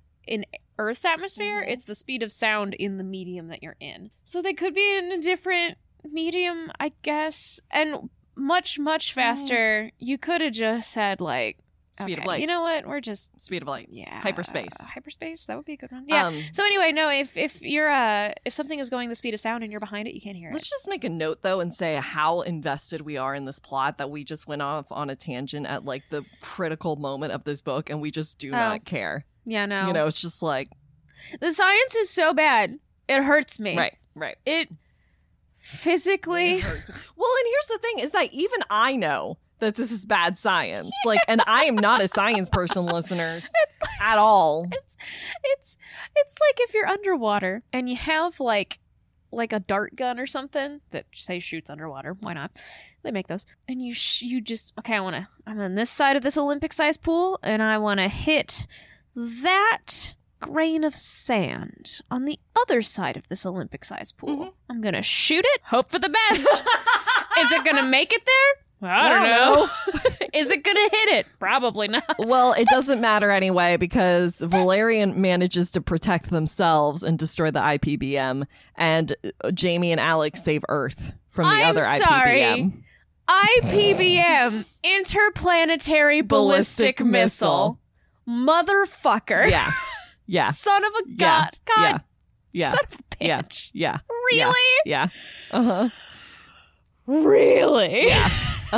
Speaker 1: Earth's atmosphere,
Speaker 3: Mhm.
Speaker 1: it's the speed of sound in the medium that you're in. So they could be in a different medium, I guess, and much, much faster. You could have just said, like,
Speaker 3: Speed
Speaker 1: okay,
Speaker 3: of light.
Speaker 1: You know what? We're just
Speaker 3: speed of light.
Speaker 1: yeah
Speaker 3: Hyperspace.
Speaker 1: hyperspace that would be a good one yeah
Speaker 3: Um,
Speaker 1: so anyway no if if you're uh if something is going the speed of sound and you're behind it you can't hear it
Speaker 3: Let's just make a note though and say how invested we are in this plot that we just went off on a tangent at like the critical moment of this book and we just do
Speaker 1: Oh.
Speaker 3: not care.
Speaker 1: yeah no
Speaker 3: You know, it's just like
Speaker 1: the science is so bad it hurts me
Speaker 3: right, right.
Speaker 1: it physically
Speaker 3: It hurts. Well, and here's the thing is that even I know that this is bad science. Like and I am not a science person listeners
Speaker 1: it's like,
Speaker 3: at all.
Speaker 1: it's it's it's like if you're underwater and you have like like a dart gun or something that say shoots underwater. Why not? They make those. And you sh- you just okay. I want to. I'm on this side of this Olympic sized pool, and I want to hit that grain of sand on the other side of this Olympic sized pool.
Speaker 3: Mhm.
Speaker 1: I'm gonna shoot it. Hope for the best. Is it gonna make it there? I
Speaker 3: don't know.
Speaker 1: Is it gonna hit it? Probably not.
Speaker 3: Well, it doesn't matter anyway because Valerian manages to protect themselves and destroy the IPBM, and uh, Jamie and Alex save Earth from the
Speaker 1: I'm
Speaker 3: other
Speaker 1: sorry.
Speaker 3: IPBM.
Speaker 1: IPBM, interplanetary ballistic,
Speaker 3: Ballistic
Speaker 1: missile. motherfucker,
Speaker 3: Yeah, yeah,
Speaker 1: son of a
Speaker 3: Yeah.
Speaker 1: god, god,
Speaker 3: yeah,
Speaker 1: son of a
Speaker 3: Yeah.
Speaker 1: bitch.
Speaker 3: yeah,
Speaker 1: Really,
Speaker 3: yeah. Uh huh.
Speaker 1: really,
Speaker 3: Uh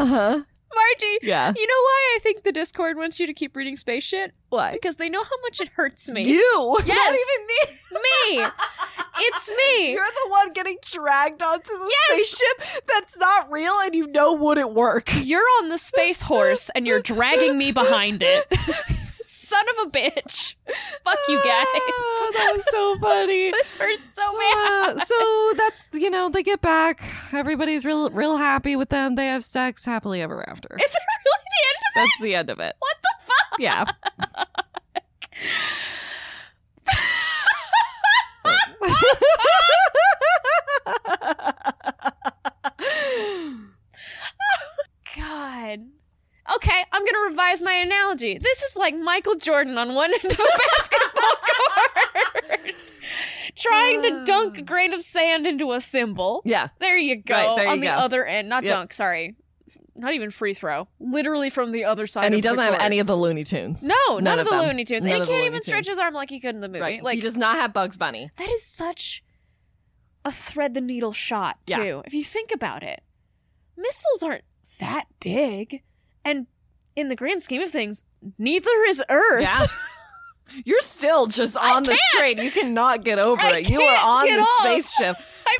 Speaker 3: huh.
Speaker 1: Margie.
Speaker 3: Yeah.
Speaker 1: You know why I think the Discord wants you to keep reading Spaceship?
Speaker 3: Why?
Speaker 1: Because they know how much it hurts me.
Speaker 3: You.
Speaker 1: Yes.
Speaker 3: Not even me.
Speaker 1: me, it's me.
Speaker 3: You're the one getting dragged onto the
Speaker 1: Yes.
Speaker 3: spaceship that's not real and you know wouldn't work.
Speaker 1: You're on the space horse and you're dragging me behind it. Son of a bitch. Fuck you guys.
Speaker 3: Ah, that was so funny.
Speaker 1: This hurts so bad.
Speaker 3: Uh, so that's you know they get back. Everybody's real real happy with them. They have sex happily ever after.
Speaker 1: Is it really the end of
Speaker 3: That's the end of it. What the fuck? Yeah.
Speaker 1: God. Okay, I'm gonna revise my analogy. This is like Michael Jordan on one end of a basketball court. Trying to dunk a grain of sand into a thimble.
Speaker 3: yeah.
Speaker 1: There you go.
Speaker 3: Uh. Right, there you
Speaker 1: on the
Speaker 3: go.
Speaker 1: other end. Not
Speaker 3: Yep.
Speaker 1: dunk, sorry. Not even free throw. Literally from the other side
Speaker 3: And he
Speaker 1: of the
Speaker 3: doesn't have
Speaker 1: court.
Speaker 3: any of the Looney Tunes.
Speaker 1: No, none, of, the
Speaker 3: them.
Speaker 1: Looney Tunes.
Speaker 3: None
Speaker 1: and
Speaker 3: of
Speaker 1: he
Speaker 3: the
Speaker 1: can't
Speaker 3: Looney
Speaker 1: even stretch
Speaker 3: Tunes.
Speaker 1: his arm like he could in the movie.
Speaker 3: Right.
Speaker 1: Like
Speaker 3: he does not have Bugs Bunny.
Speaker 1: that is such a thread the needle shot too.
Speaker 3: Yeah.
Speaker 1: If you think about it, missiles aren't that big, and in the grand scheme of things, neither is Earth.
Speaker 3: Yeah. You're still just
Speaker 1: I
Speaker 3: on this train. You cannot get over
Speaker 1: I
Speaker 3: it. You are
Speaker 1: can't
Speaker 3: on
Speaker 1: get
Speaker 3: the
Speaker 1: off.
Speaker 3: spaceship.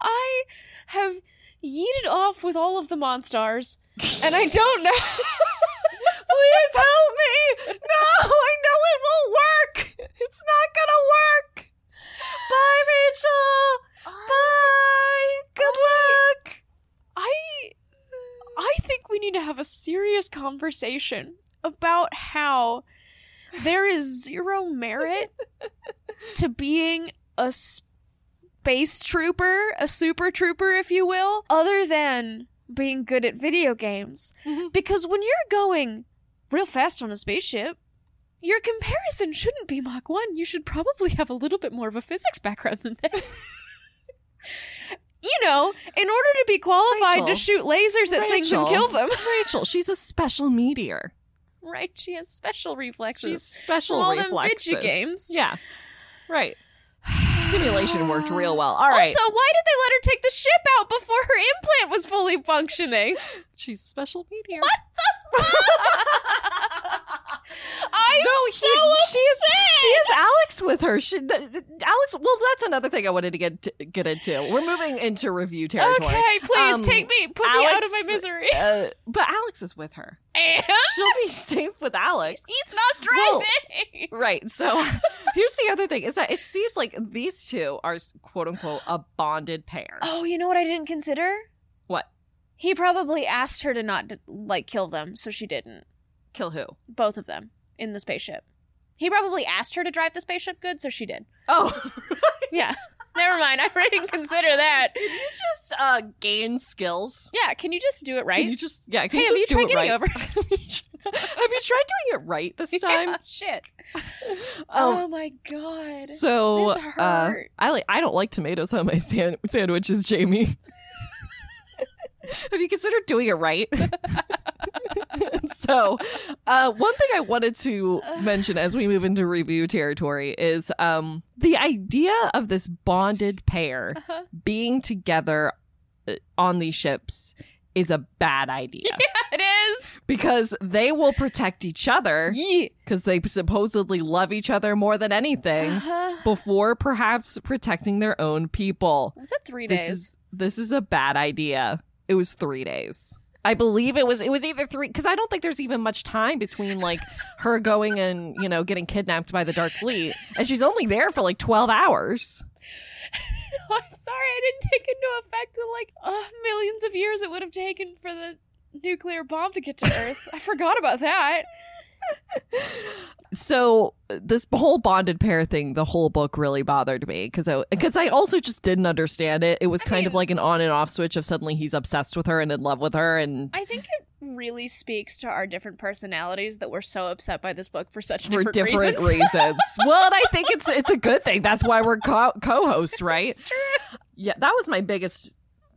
Speaker 1: I have yeeted off with all of the monstars, and I don't know.
Speaker 3: Please help me. No, I know it won't work. It's not gonna work. Bye, Rachel.
Speaker 1: Uh,
Speaker 3: Bye. Good luck.
Speaker 1: I I think we need to have a serious conversation about how there is zero merit to being a space trooper, a super trooper if you will, other than being good at video games.
Speaker 3: Mhm.
Speaker 1: Because when you're going real fast on a spaceship, your comparison shouldn't be Mach 1. You should probably have a little bit more of a physics background than that. you know, in order to be qualified
Speaker 3: Rachel.
Speaker 1: to shoot lasers at things and
Speaker 3: Rachel.
Speaker 1: kill them.
Speaker 3: Rachel, she's a special meteor.
Speaker 1: Right, she has special
Speaker 3: She's
Speaker 1: reflexes.
Speaker 3: special
Speaker 1: From all them
Speaker 3: reflexes.
Speaker 1: video games.
Speaker 3: Yeah. Right. Simulation worked real well. All right.
Speaker 1: Ah. Also, why did they let her take the ship out before her implant was fully functioning?
Speaker 3: she's special meteor.
Speaker 1: I'm
Speaker 3: no,
Speaker 1: so
Speaker 3: he, she is
Speaker 1: upset.
Speaker 3: she is Alex with her. She, th th- Alex. Well, that's another thing I wanted to get to, get into. We're moving into review territory.
Speaker 1: Okay, please
Speaker 3: Um,
Speaker 1: take me. Put me out of my
Speaker 3: Alex-
Speaker 1: misery.
Speaker 3: Uh, but Alex is with her.
Speaker 1: And
Speaker 3: She'll be safe with Alex.
Speaker 1: he's not
Speaker 3: Well,
Speaker 1: driving.
Speaker 3: Right. So here's the other thing is that it seems like these two are quote unquote a bonded pair.
Speaker 1: Oh, you know what I didn't consider?
Speaker 3: What?
Speaker 1: He probably asked her to not d like kill them, so she didn't.
Speaker 3: Kill who?
Speaker 1: Both of them in the spaceship. He probably asked her to drive the spaceship good, so she did.
Speaker 3: Oh,
Speaker 1: Yeah. Never mind. I didn't consider that.
Speaker 3: can you just uh, gain skills?
Speaker 1: Yeah. Can you just do it right?
Speaker 3: Can you just yeah? Can
Speaker 1: hey,
Speaker 3: you
Speaker 1: have
Speaker 3: just
Speaker 1: you
Speaker 3: do
Speaker 1: tried
Speaker 3: it
Speaker 1: getting
Speaker 3: right?
Speaker 1: over?
Speaker 3: have you tried doing it right this time?
Speaker 1: Yeah, shit.
Speaker 3: Um,
Speaker 1: oh my god.
Speaker 3: So
Speaker 1: This
Speaker 3: uh,
Speaker 1: hurt.
Speaker 3: I like I don't like tomatoes on my san- sandwiches, Jamie. Have you considered doing it right? so, uh, one thing I wanted to mention as we move into review territory is um, the idea of this bonded pair
Speaker 1: Uh-huh.
Speaker 3: being together uh, on these ships is a bad idea
Speaker 1: It is.
Speaker 3: because they will protect each other
Speaker 1: Yeah.
Speaker 3: because they supposedly love each other more than anything
Speaker 1: Uh-huh.
Speaker 3: before perhaps protecting their own people.
Speaker 1: Was that three
Speaker 3: This
Speaker 1: days?
Speaker 3: is this is a bad idea. It was 3 days. I believe it was it was either 3 cuz I don't think there's even much time between like her going and, you know, getting kidnapped by the dark fleet and she's only there for like 12 hours.
Speaker 1: I'm sorry, I didn't take into effect the like uh, millions of years it would have taken for the nuclear bomb to get to Earth. I forgot about that.
Speaker 3: so this whole bonded pair thing the whole book really bothered me because i because i also just didn't understand it it was
Speaker 1: I
Speaker 3: kind of
Speaker 1: mean-
Speaker 3: like an on and off switch of suddenly he's obsessed with her and in love with her and
Speaker 1: I think it really speaks to our different personalities that we're so upset by this book for such
Speaker 3: for
Speaker 1: different,
Speaker 3: different
Speaker 1: reasons.
Speaker 3: reasons, well and i think it's it's a good thing that's why we're co- co-hosts right
Speaker 1: It's true.
Speaker 3: yeah that was my biggest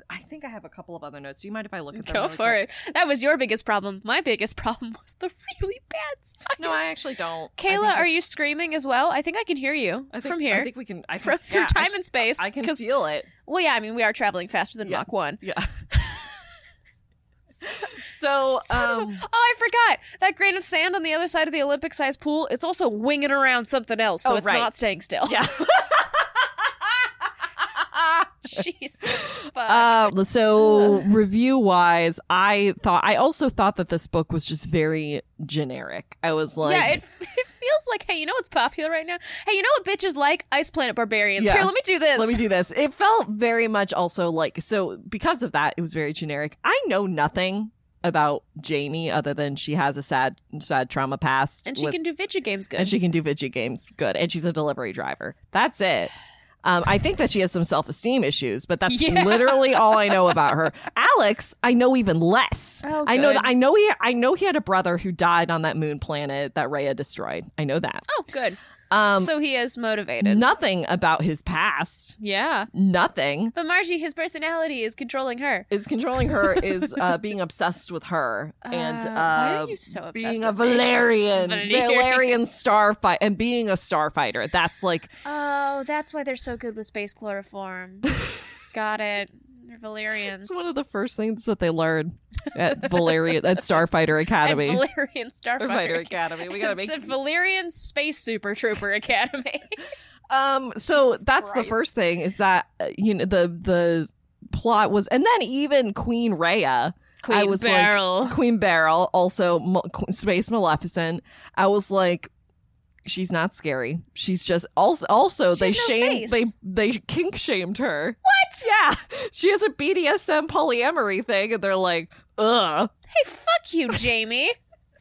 Speaker 3: i think i have a couple of other notes do you mind if i look at them
Speaker 1: Go
Speaker 3: really
Speaker 1: for
Speaker 3: quick?
Speaker 1: it. That was your biggest problem. My biggest problem was the really bad science.
Speaker 3: no i actually don't I think
Speaker 1: Kayla, are
Speaker 3: it's-
Speaker 1: you screaming as well? I think I can hear you
Speaker 3: I think-
Speaker 1: from here.
Speaker 3: i think we can i
Speaker 1: from
Speaker 3: think,
Speaker 1: through
Speaker 3: yeah,
Speaker 1: time and space.
Speaker 3: I, I can
Speaker 1: 'cause-
Speaker 3: feel it
Speaker 1: well, yeah, I mean, we are traveling faster than Mach
Speaker 3: Yes.
Speaker 1: 1.
Speaker 3: yeah so
Speaker 1: Son of
Speaker 3: um
Speaker 1: Oh, I forgot. That grain of sand on the other side of the Olympic sized pool, it's also winging around something else, so
Speaker 3: Oh,
Speaker 1: it's
Speaker 3: right.
Speaker 1: not staying still.
Speaker 3: yeah
Speaker 1: Jesus. fuck.
Speaker 3: Uh, so review wise, I thought I also thought that this book was just very generic. I was like,
Speaker 1: yeah, it, it feels like, hey, you know what's popular right now? Hey, you know what bitches like? Ice Planet Barbarians.
Speaker 3: Yeah.
Speaker 1: Here, let me do this.
Speaker 3: let me do this. It felt very much also like so because of that, it was very generic. I know nothing about Jamie other than she has a sad, sad trauma past,
Speaker 1: and she
Speaker 3: with-
Speaker 1: can do video games good.
Speaker 3: and she can do video games good, and she's a delivery driver. That's it. Um, I think that she has some self esteem issues, but that's
Speaker 1: Yeah.
Speaker 3: literally all I know about her. Alex, I know even less.
Speaker 1: Oh,
Speaker 3: I know
Speaker 1: good.
Speaker 3: that I know he I know he had a brother who died on that moon planet that Rhea destroyed. I know that.
Speaker 1: oh, good.
Speaker 3: Um
Speaker 1: so he is motivated.
Speaker 3: nothing about his past.
Speaker 1: yeah.
Speaker 3: Nothing
Speaker 1: But Margie, his personality is controlling her.
Speaker 3: is controlling her is uh being obsessed with her and
Speaker 1: Uh,
Speaker 3: uh
Speaker 1: why are you so obsessed
Speaker 3: being a
Speaker 1: with me?
Speaker 3: Valerian,
Speaker 1: Valerian.
Speaker 3: Valerian starfight, and being a starfighter. That's like
Speaker 1: Oh, that's why they're so good with space chloroform. Got it. They're Valerians.
Speaker 3: it's one of the first things that they learn at Valerian at Starfighter Academy.
Speaker 1: And Valerian
Speaker 3: Starfighter
Speaker 1: Starfighter.
Speaker 3: Academy. We gotta
Speaker 1: It
Speaker 3: make
Speaker 1: said Valerian Space Super Trooper Academy.
Speaker 3: Um. So
Speaker 1: Jesus
Speaker 3: that's
Speaker 1: Christ.
Speaker 3: the first thing is that uh, you know the the plot was, and then even Queen Rhea,
Speaker 1: Queen
Speaker 3: was like-
Speaker 1: Beryl.
Speaker 3: Queen Beryl, also Mo- Qu- Space Maleficent. I was like. She's not scary. She's just also also
Speaker 1: She
Speaker 3: they
Speaker 1: has no face.
Speaker 3: shamed they they kink shamed her. What? Yeah. She has a BDSM polyamory thing and they're like, "Ugh."
Speaker 1: hey, fuck you, Jamie.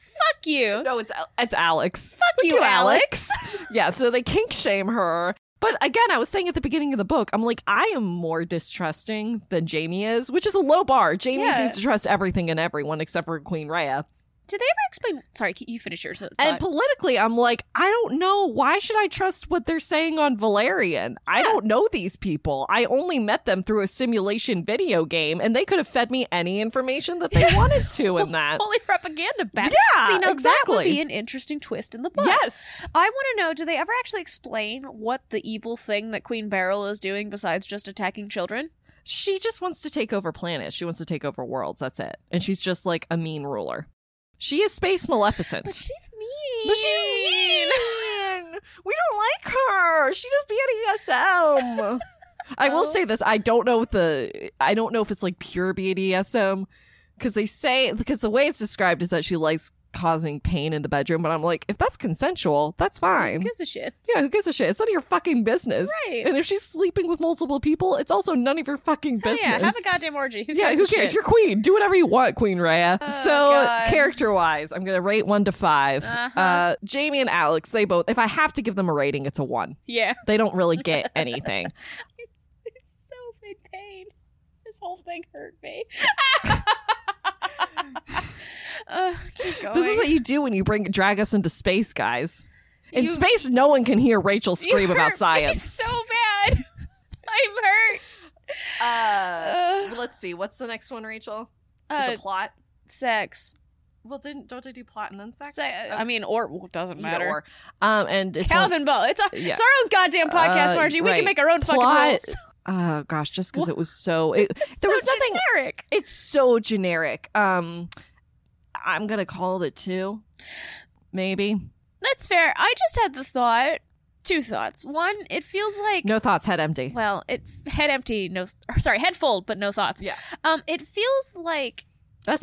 Speaker 1: fuck you.
Speaker 3: No, it's Al- it's Alex.
Speaker 1: fuck you,
Speaker 3: you,
Speaker 1: Alex.
Speaker 3: yeah, so they kink shame her. But again, I was saying at the beginning of the book, I'm like, I am more distrusting than Jamie is, which is a low bar. Jamie
Speaker 1: Yeah.
Speaker 3: seems to trust everything and everyone except for Queen Rhea.
Speaker 1: Did they ever explain? Sorry, you finish yours.
Speaker 3: And politically, I'm like, I don't know. Why should I trust what they're saying on Valerian? I don't know these people. I only met them through a simulation video game, and they could have fed me any information that they wanted to in that.
Speaker 1: Holy propaganda back.
Speaker 3: Yeah,
Speaker 1: See, now that would
Speaker 3: exactly.
Speaker 1: be an interesting twist in the book.
Speaker 3: Yes.
Speaker 1: I want to know do they ever actually explain what the evil thing that Queen Beryl is doing besides just attacking children?
Speaker 3: she just wants to take over planets. She wants to take over worlds. That's it. And she's just like a mean ruler. She is space maleficent.
Speaker 1: But she's mean.
Speaker 3: But she's mean. We don't like her. She just BDSM. I will
Speaker 1: Oh.
Speaker 3: say this. I don't know if the I don't know if it's like pure E BDSM because they say because the way it's described is that she likes causing pain in the bedroom. But I'm like, if that's consensual, that's
Speaker 1: Who
Speaker 3: fine.
Speaker 1: gives a shit?
Speaker 3: Yeah, who gives a shit? It's none of your fucking business.
Speaker 1: Right.
Speaker 3: And if she's sleeping with multiple people, it's also none of your fucking
Speaker 1: Hell
Speaker 3: business.
Speaker 1: Yeah, have a goddamn orgy. Who
Speaker 3: yeah,
Speaker 1: gives a
Speaker 3: who cares?
Speaker 1: shit?
Speaker 3: You're queen. Do whatever you want, Queen Raya.
Speaker 1: Oh,
Speaker 3: so,
Speaker 1: God.
Speaker 3: character wise, I'm going to rate one to 5
Speaker 1: Uh-huh.
Speaker 3: Uh, Jamie and Alex, they both, if I have to give them a rating, it's a one.
Speaker 1: Yeah.
Speaker 3: They don't really get anything.
Speaker 1: It's so big pain. This whole thing hurt me. uh, keep going.
Speaker 3: this is what you do when you bring drag us into space, guys. In
Speaker 1: You-
Speaker 3: space, no one can hear Rachel
Speaker 1: you
Speaker 3: scream
Speaker 1: hurt
Speaker 3: about
Speaker 1: me
Speaker 3: science.
Speaker 1: so bad. I'm hurt.
Speaker 3: uh,
Speaker 1: Uh,
Speaker 3: let's see. What's the next one, Rachel?
Speaker 1: uh,
Speaker 3: plot?
Speaker 1: sex.
Speaker 3: Well, didn't don't they do plot and then
Speaker 1: Se- I mean, uh, or well, doesn't matter.
Speaker 3: Um, and it's one-
Speaker 1: Calvin Ball. It's our,
Speaker 3: Yeah.
Speaker 1: it's our own goddamn podcast,
Speaker 3: Uh,
Speaker 1: Margie. We
Speaker 3: right.
Speaker 1: can make our own fucking
Speaker 3: Plot-
Speaker 1: rules.
Speaker 3: oh gosh, just because it was so it, there was
Speaker 1: So
Speaker 3: nothing
Speaker 1: generic.
Speaker 3: It's so generic. Um, I'm gonna call it a two, maybe.
Speaker 1: That's fair. I just had the thought, two thoughts. One, it feels like
Speaker 3: No thoughts, head empty.
Speaker 1: well, it head empty, no or sorry, head fold, but no thoughts.
Speaker 3: Yeah.
Speaker 1: Um, it feels like
Speaker 3: That's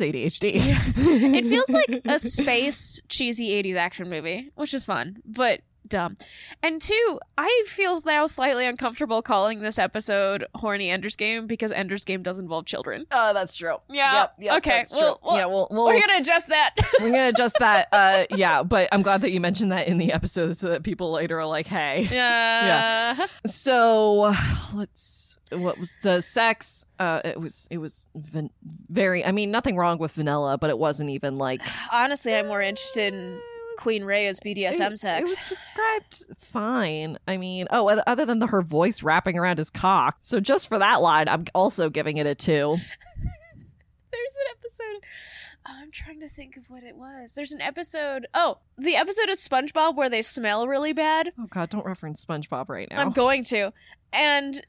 Speaker 3: ADHD.
Speaker 1: it feels like a space cheesy '80s action movie, which is fun, but dumb. And two, I feel now slightly uncomfortable calling this episode horny Ender's Game because Ender's Game does involve children.
Speaker 3: Oh, that's true.
Speaker 1: Yeah.
Speaker 3: Yep, yep,
Speaker 1: Okay,
Speaker 3: that's true.
Speaker 1: well, well,
Speaker 3: yeah, we'll, we'll,
Speaker 1: We're gonna adjust that.
Speaker 3: we're gonna adjust that. Uh, yeah, but I'm glad that you mentioned that in the episode so that people later are like, hey.
Speaker 1: yeah.
Speaker 3: So let's. What was the sex? Uh, it was it was van- very. I mean, nothing wrong with vanilla, but it wasn't even like
Speaker 1: Honestly, I'm more interested in Queen Rhea's BDSM
Speaker 3: it,
Speaker 1: sex.
Speaker 3: It was described fine. I mean, oh, oth- other than the, her voice wrapping around his cock. So just for that line, I'm also giving it a two.
Speaker 1: There's an episode. Oh, I'm trying to think of what it was. There's an episode. Oh, the episode of SpongeBob where they smell really bad.
Speaker 3: Oh God, don't reference SpongeBob right now.
Speaker 1: I'm going to, and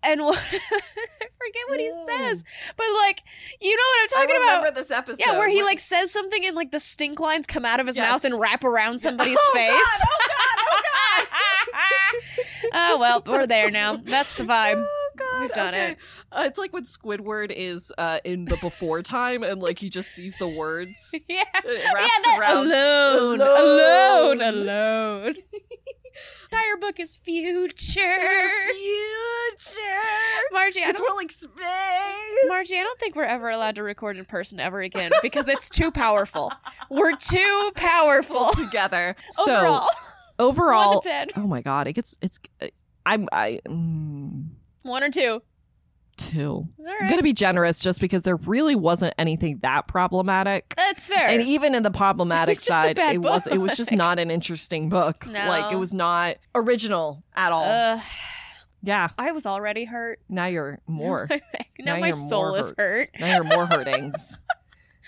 Speaker 1: and what, I forget what he
Speaker 3: No.
Speaker 1: says, but like you know what I'm talking
Speaker 3: I
Speaker 1: about.
Speaker 3: remember this episode.
Speaker 1: Yeah, where he like says something and like the stink lines come out of his
Speaker 3: Yes.
Speaker 1: mouth and wrap around somebody's
Speaker 3: Oh, God,
Speaker 1: face.
Speaker 3: oh, God, oh, God.
Speaker 1: oh well, we're
Speaker 3: That's
Speaker 1: there
Speaker 3: the
Speaker 1: now.
Speaker 3: one.
Speaker 1: That's the vibe.
Speaker 3: Oh, God,
Speaker 1: We've done
Speaker 3: okay.
Speaker 1: it.
Speaker 3: Uh, it's like when Squidward is uh, in the before time and like he just sees the words. It
Speaker 1: Yeah.
Speaker 3: wraps
Speaker 1: yeah, that
Speaker 3: around.
Speaker 1: alone, alone,
Speaker 3: Alone.
Speaker 1: alone. Entire book is future.
Speaker 3: Future.
Speaker 1: Margie, I
Speaker 3: It's
Speaker 1: don't,
Speaker 3: more like space.
Speaker 1: Margie, I don't think we're ever allowed to record in person ever again because it's too powerful. We're too powerful.
Speaker 3: together.
Speaker 1: Overall,
Speaker 3: So overall,
Speaker 1: one to ten,
Speaker 3: oh my god, it gets it's. uh, I'm I mm,
Speaker 1: one or two.
Speaker 3: two.
Speaker 1: All
Speaker 3: I'm
Speaker 1: right,
Speaker 3: gonna be generous just because there really wasn't anything that problematic.
Speaker 1: that's fair.
Speaker 3: And even in the problematic
Speaker 1: It was just a
Speaker 3: side,
Speaker 1: bad
Speaker 3: it was it was just
Speaker 1: book.
Speaker 3: not an interesting book.
Speaker 1: No.
Speaker 3: Like it was not original at all.
Speaker 1: Ugh,
Speaker 3: yeah.
Speaker 1: I was already hurt.
Speaker 3: Now you're more.
Speaker 1: now my
Speaker 3: you're
Speaker 1: soul
Speaker 3: more
Speaker 1: is hurt.
Speaker 3: hurts. Now you're more hurtings.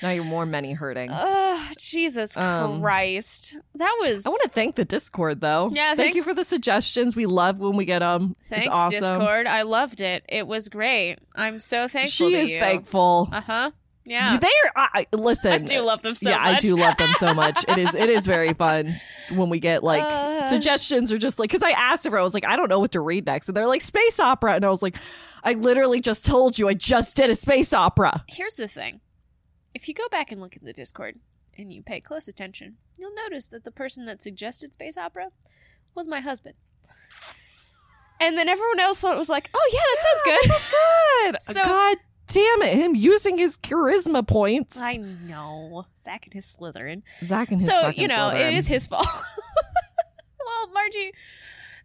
Speaker 3: now you're more many hurtings.
Speaker 1: Oh, Jesus
Speaker 3: Um,
Speaker 1: Christ. That was.
Speaker 3: I want to thank the Discord though.
Speaker 1: Yeah,
Speaker 3: thank
Speaker 1: thanks-
Speaker 3: you for the suggestions. We love when we get them.
Speaker 1: Thanks,
Speaker 3: it's awesome.
Speaker 1: Discord. I loved it. It was great. I'm so thankful
Speaker 3: she
Speaker 1: to
Speaker 3: is
Speaker 1: you.
Speaker 3: thankful.
Speaker 1: Uh huh. Yeah.
Speaker 3: They are. I, I- listen,
Speaker 1: I do love them so
Speaker 3: yeah,
Speaker 1: much.
Speaker 3: I do love them so much. It is. It is very fun when we get like
Speaker 1: Uh.
Speaker 3: suggestions or just like because I asked everyone, I was like, I don't know what to read next, and they're like space opera, and I was like, I literally just told you, I just did a space opera.
Speaker 1: Here's the thing if you go back and look at the Discord and you pay close attention, you'll notice that the person that suggested space opera was my husband. And then everyone else was like, oh, yeah, that sounds good.
Speaker 3: Good.
Speaker 1: So-
Speaker 3: God damn it, him using his charisma points.
Speaker 1: I know. Zach and his Slytherin.
Speaker 3: Zach and his
Speaker 1: so
Speaker 3: fucking
Speaker 1: you know
Speaker 3: Slytherin.
Speaker 1: it is his fault well margie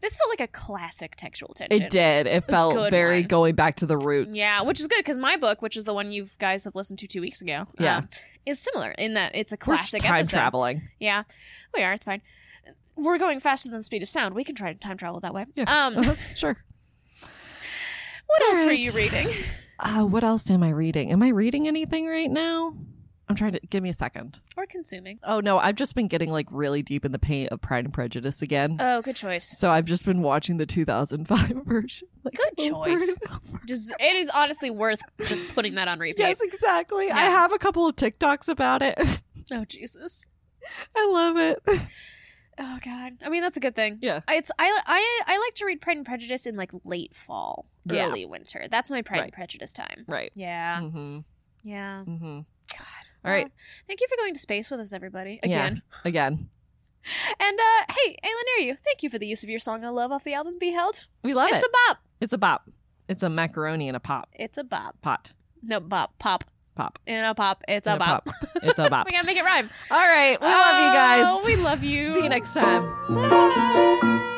Speaker 1: this felt like a classic textual tension
Speaker 3: It did. It felt
Speaker 1: good
Speaker 3: very
Speaker 1: one.
Speaker 3: going back to the roots.
Speaker 1: yeah which is good because my book which is the one you guys have listened to two weeks ago
Speaker 3: Yeah.
Speaker 1: um, is similar in that it's a
Speaker 3: We're
Speaker 1: classic
Speaker 3: time
Speaker 1: episode
Speaker 3: traveling.
Speaker 1: yeah we are it's fine we're going faster than the speed of sound we can try to time travel that way
Speaker 3: Yeah.
Speaker 1: um
Speaker 3: Uh-huh. Sure.
Speaker 1: what else were
Speaker 3: Alright.
Speaker 1: you reading
Speaker 3: Uh, what else am I reading? Am I reading anything right now? I'm trying to give me a second.
Speaker 1: or consuming
Speaker 3: Oh no, I've just been getting like really deep in the paint of Pride and Prejudice again.
Speaker 1: oh good choice
Speaker 3: so I've just been watching the 2005 version. Like,
Speaker 1: Good
Speaker 3: over and
Speaker 1: choice.
Speaker 3: over.
Speaker 1: Des- it is honestly worth just putting that on repeat
Speaker 3: Yes, exactly. I
Speaker 1: Yeah.
Speaker 3: have a couple of TikToks about it.
Speaker 1: oh jesus
Speaker 3: I love it.
Speaker 1: Oh God! I mean, that's a good thing.
Speaker 3: Yeah.
Speaker 1: it's I I I like to read Pride and Prejudice in like late fall,
Speaker 3: Yeah.
Speaker 1: early winter. That's my Pride and
Speaker 3: Right.
Speaker 1: Prejudice time.
Speaker 3: Right.
Speaker 1: Yeah,
Speaker 3: Mm-hmm.
Speaker 1: yeah.
Speaker 3: Mm-hmm. All
Speaker 1: God.
Speaker 3: right.
Speaker 1: Well, thank you for going to space with us, everybody,
Speaker 3: Yeah.
Speaker 1: again.
Speaker 3: Again,
Speaker 1: And uh hey, Aylin, are you? Thank you for the use of your song "I Love" off the album "Beheld."
Speaker 3: we love
Speaker 1: it's
Speaker 3: it.
Speaker 1: a bop.
Speaker 3: it's a bop. It's a macaroni and a pop
Speaker 1: It's a bop.
Speaker 3: pot
Speaker 1: No bop, pop
Speaker 3: pop.
Speaker 1: in a pop. It's
Speaker 3: and
Speaker 1: a bop.
Speaker 3: pop. It's a bop.
Speaker 1: we Oh, gotta make it rhyme.
Speaker 3: All right, we love you guys.
Speaker 1: Oh, we love you.
Speaker 3: See you next time.
Speaker 1: Bye.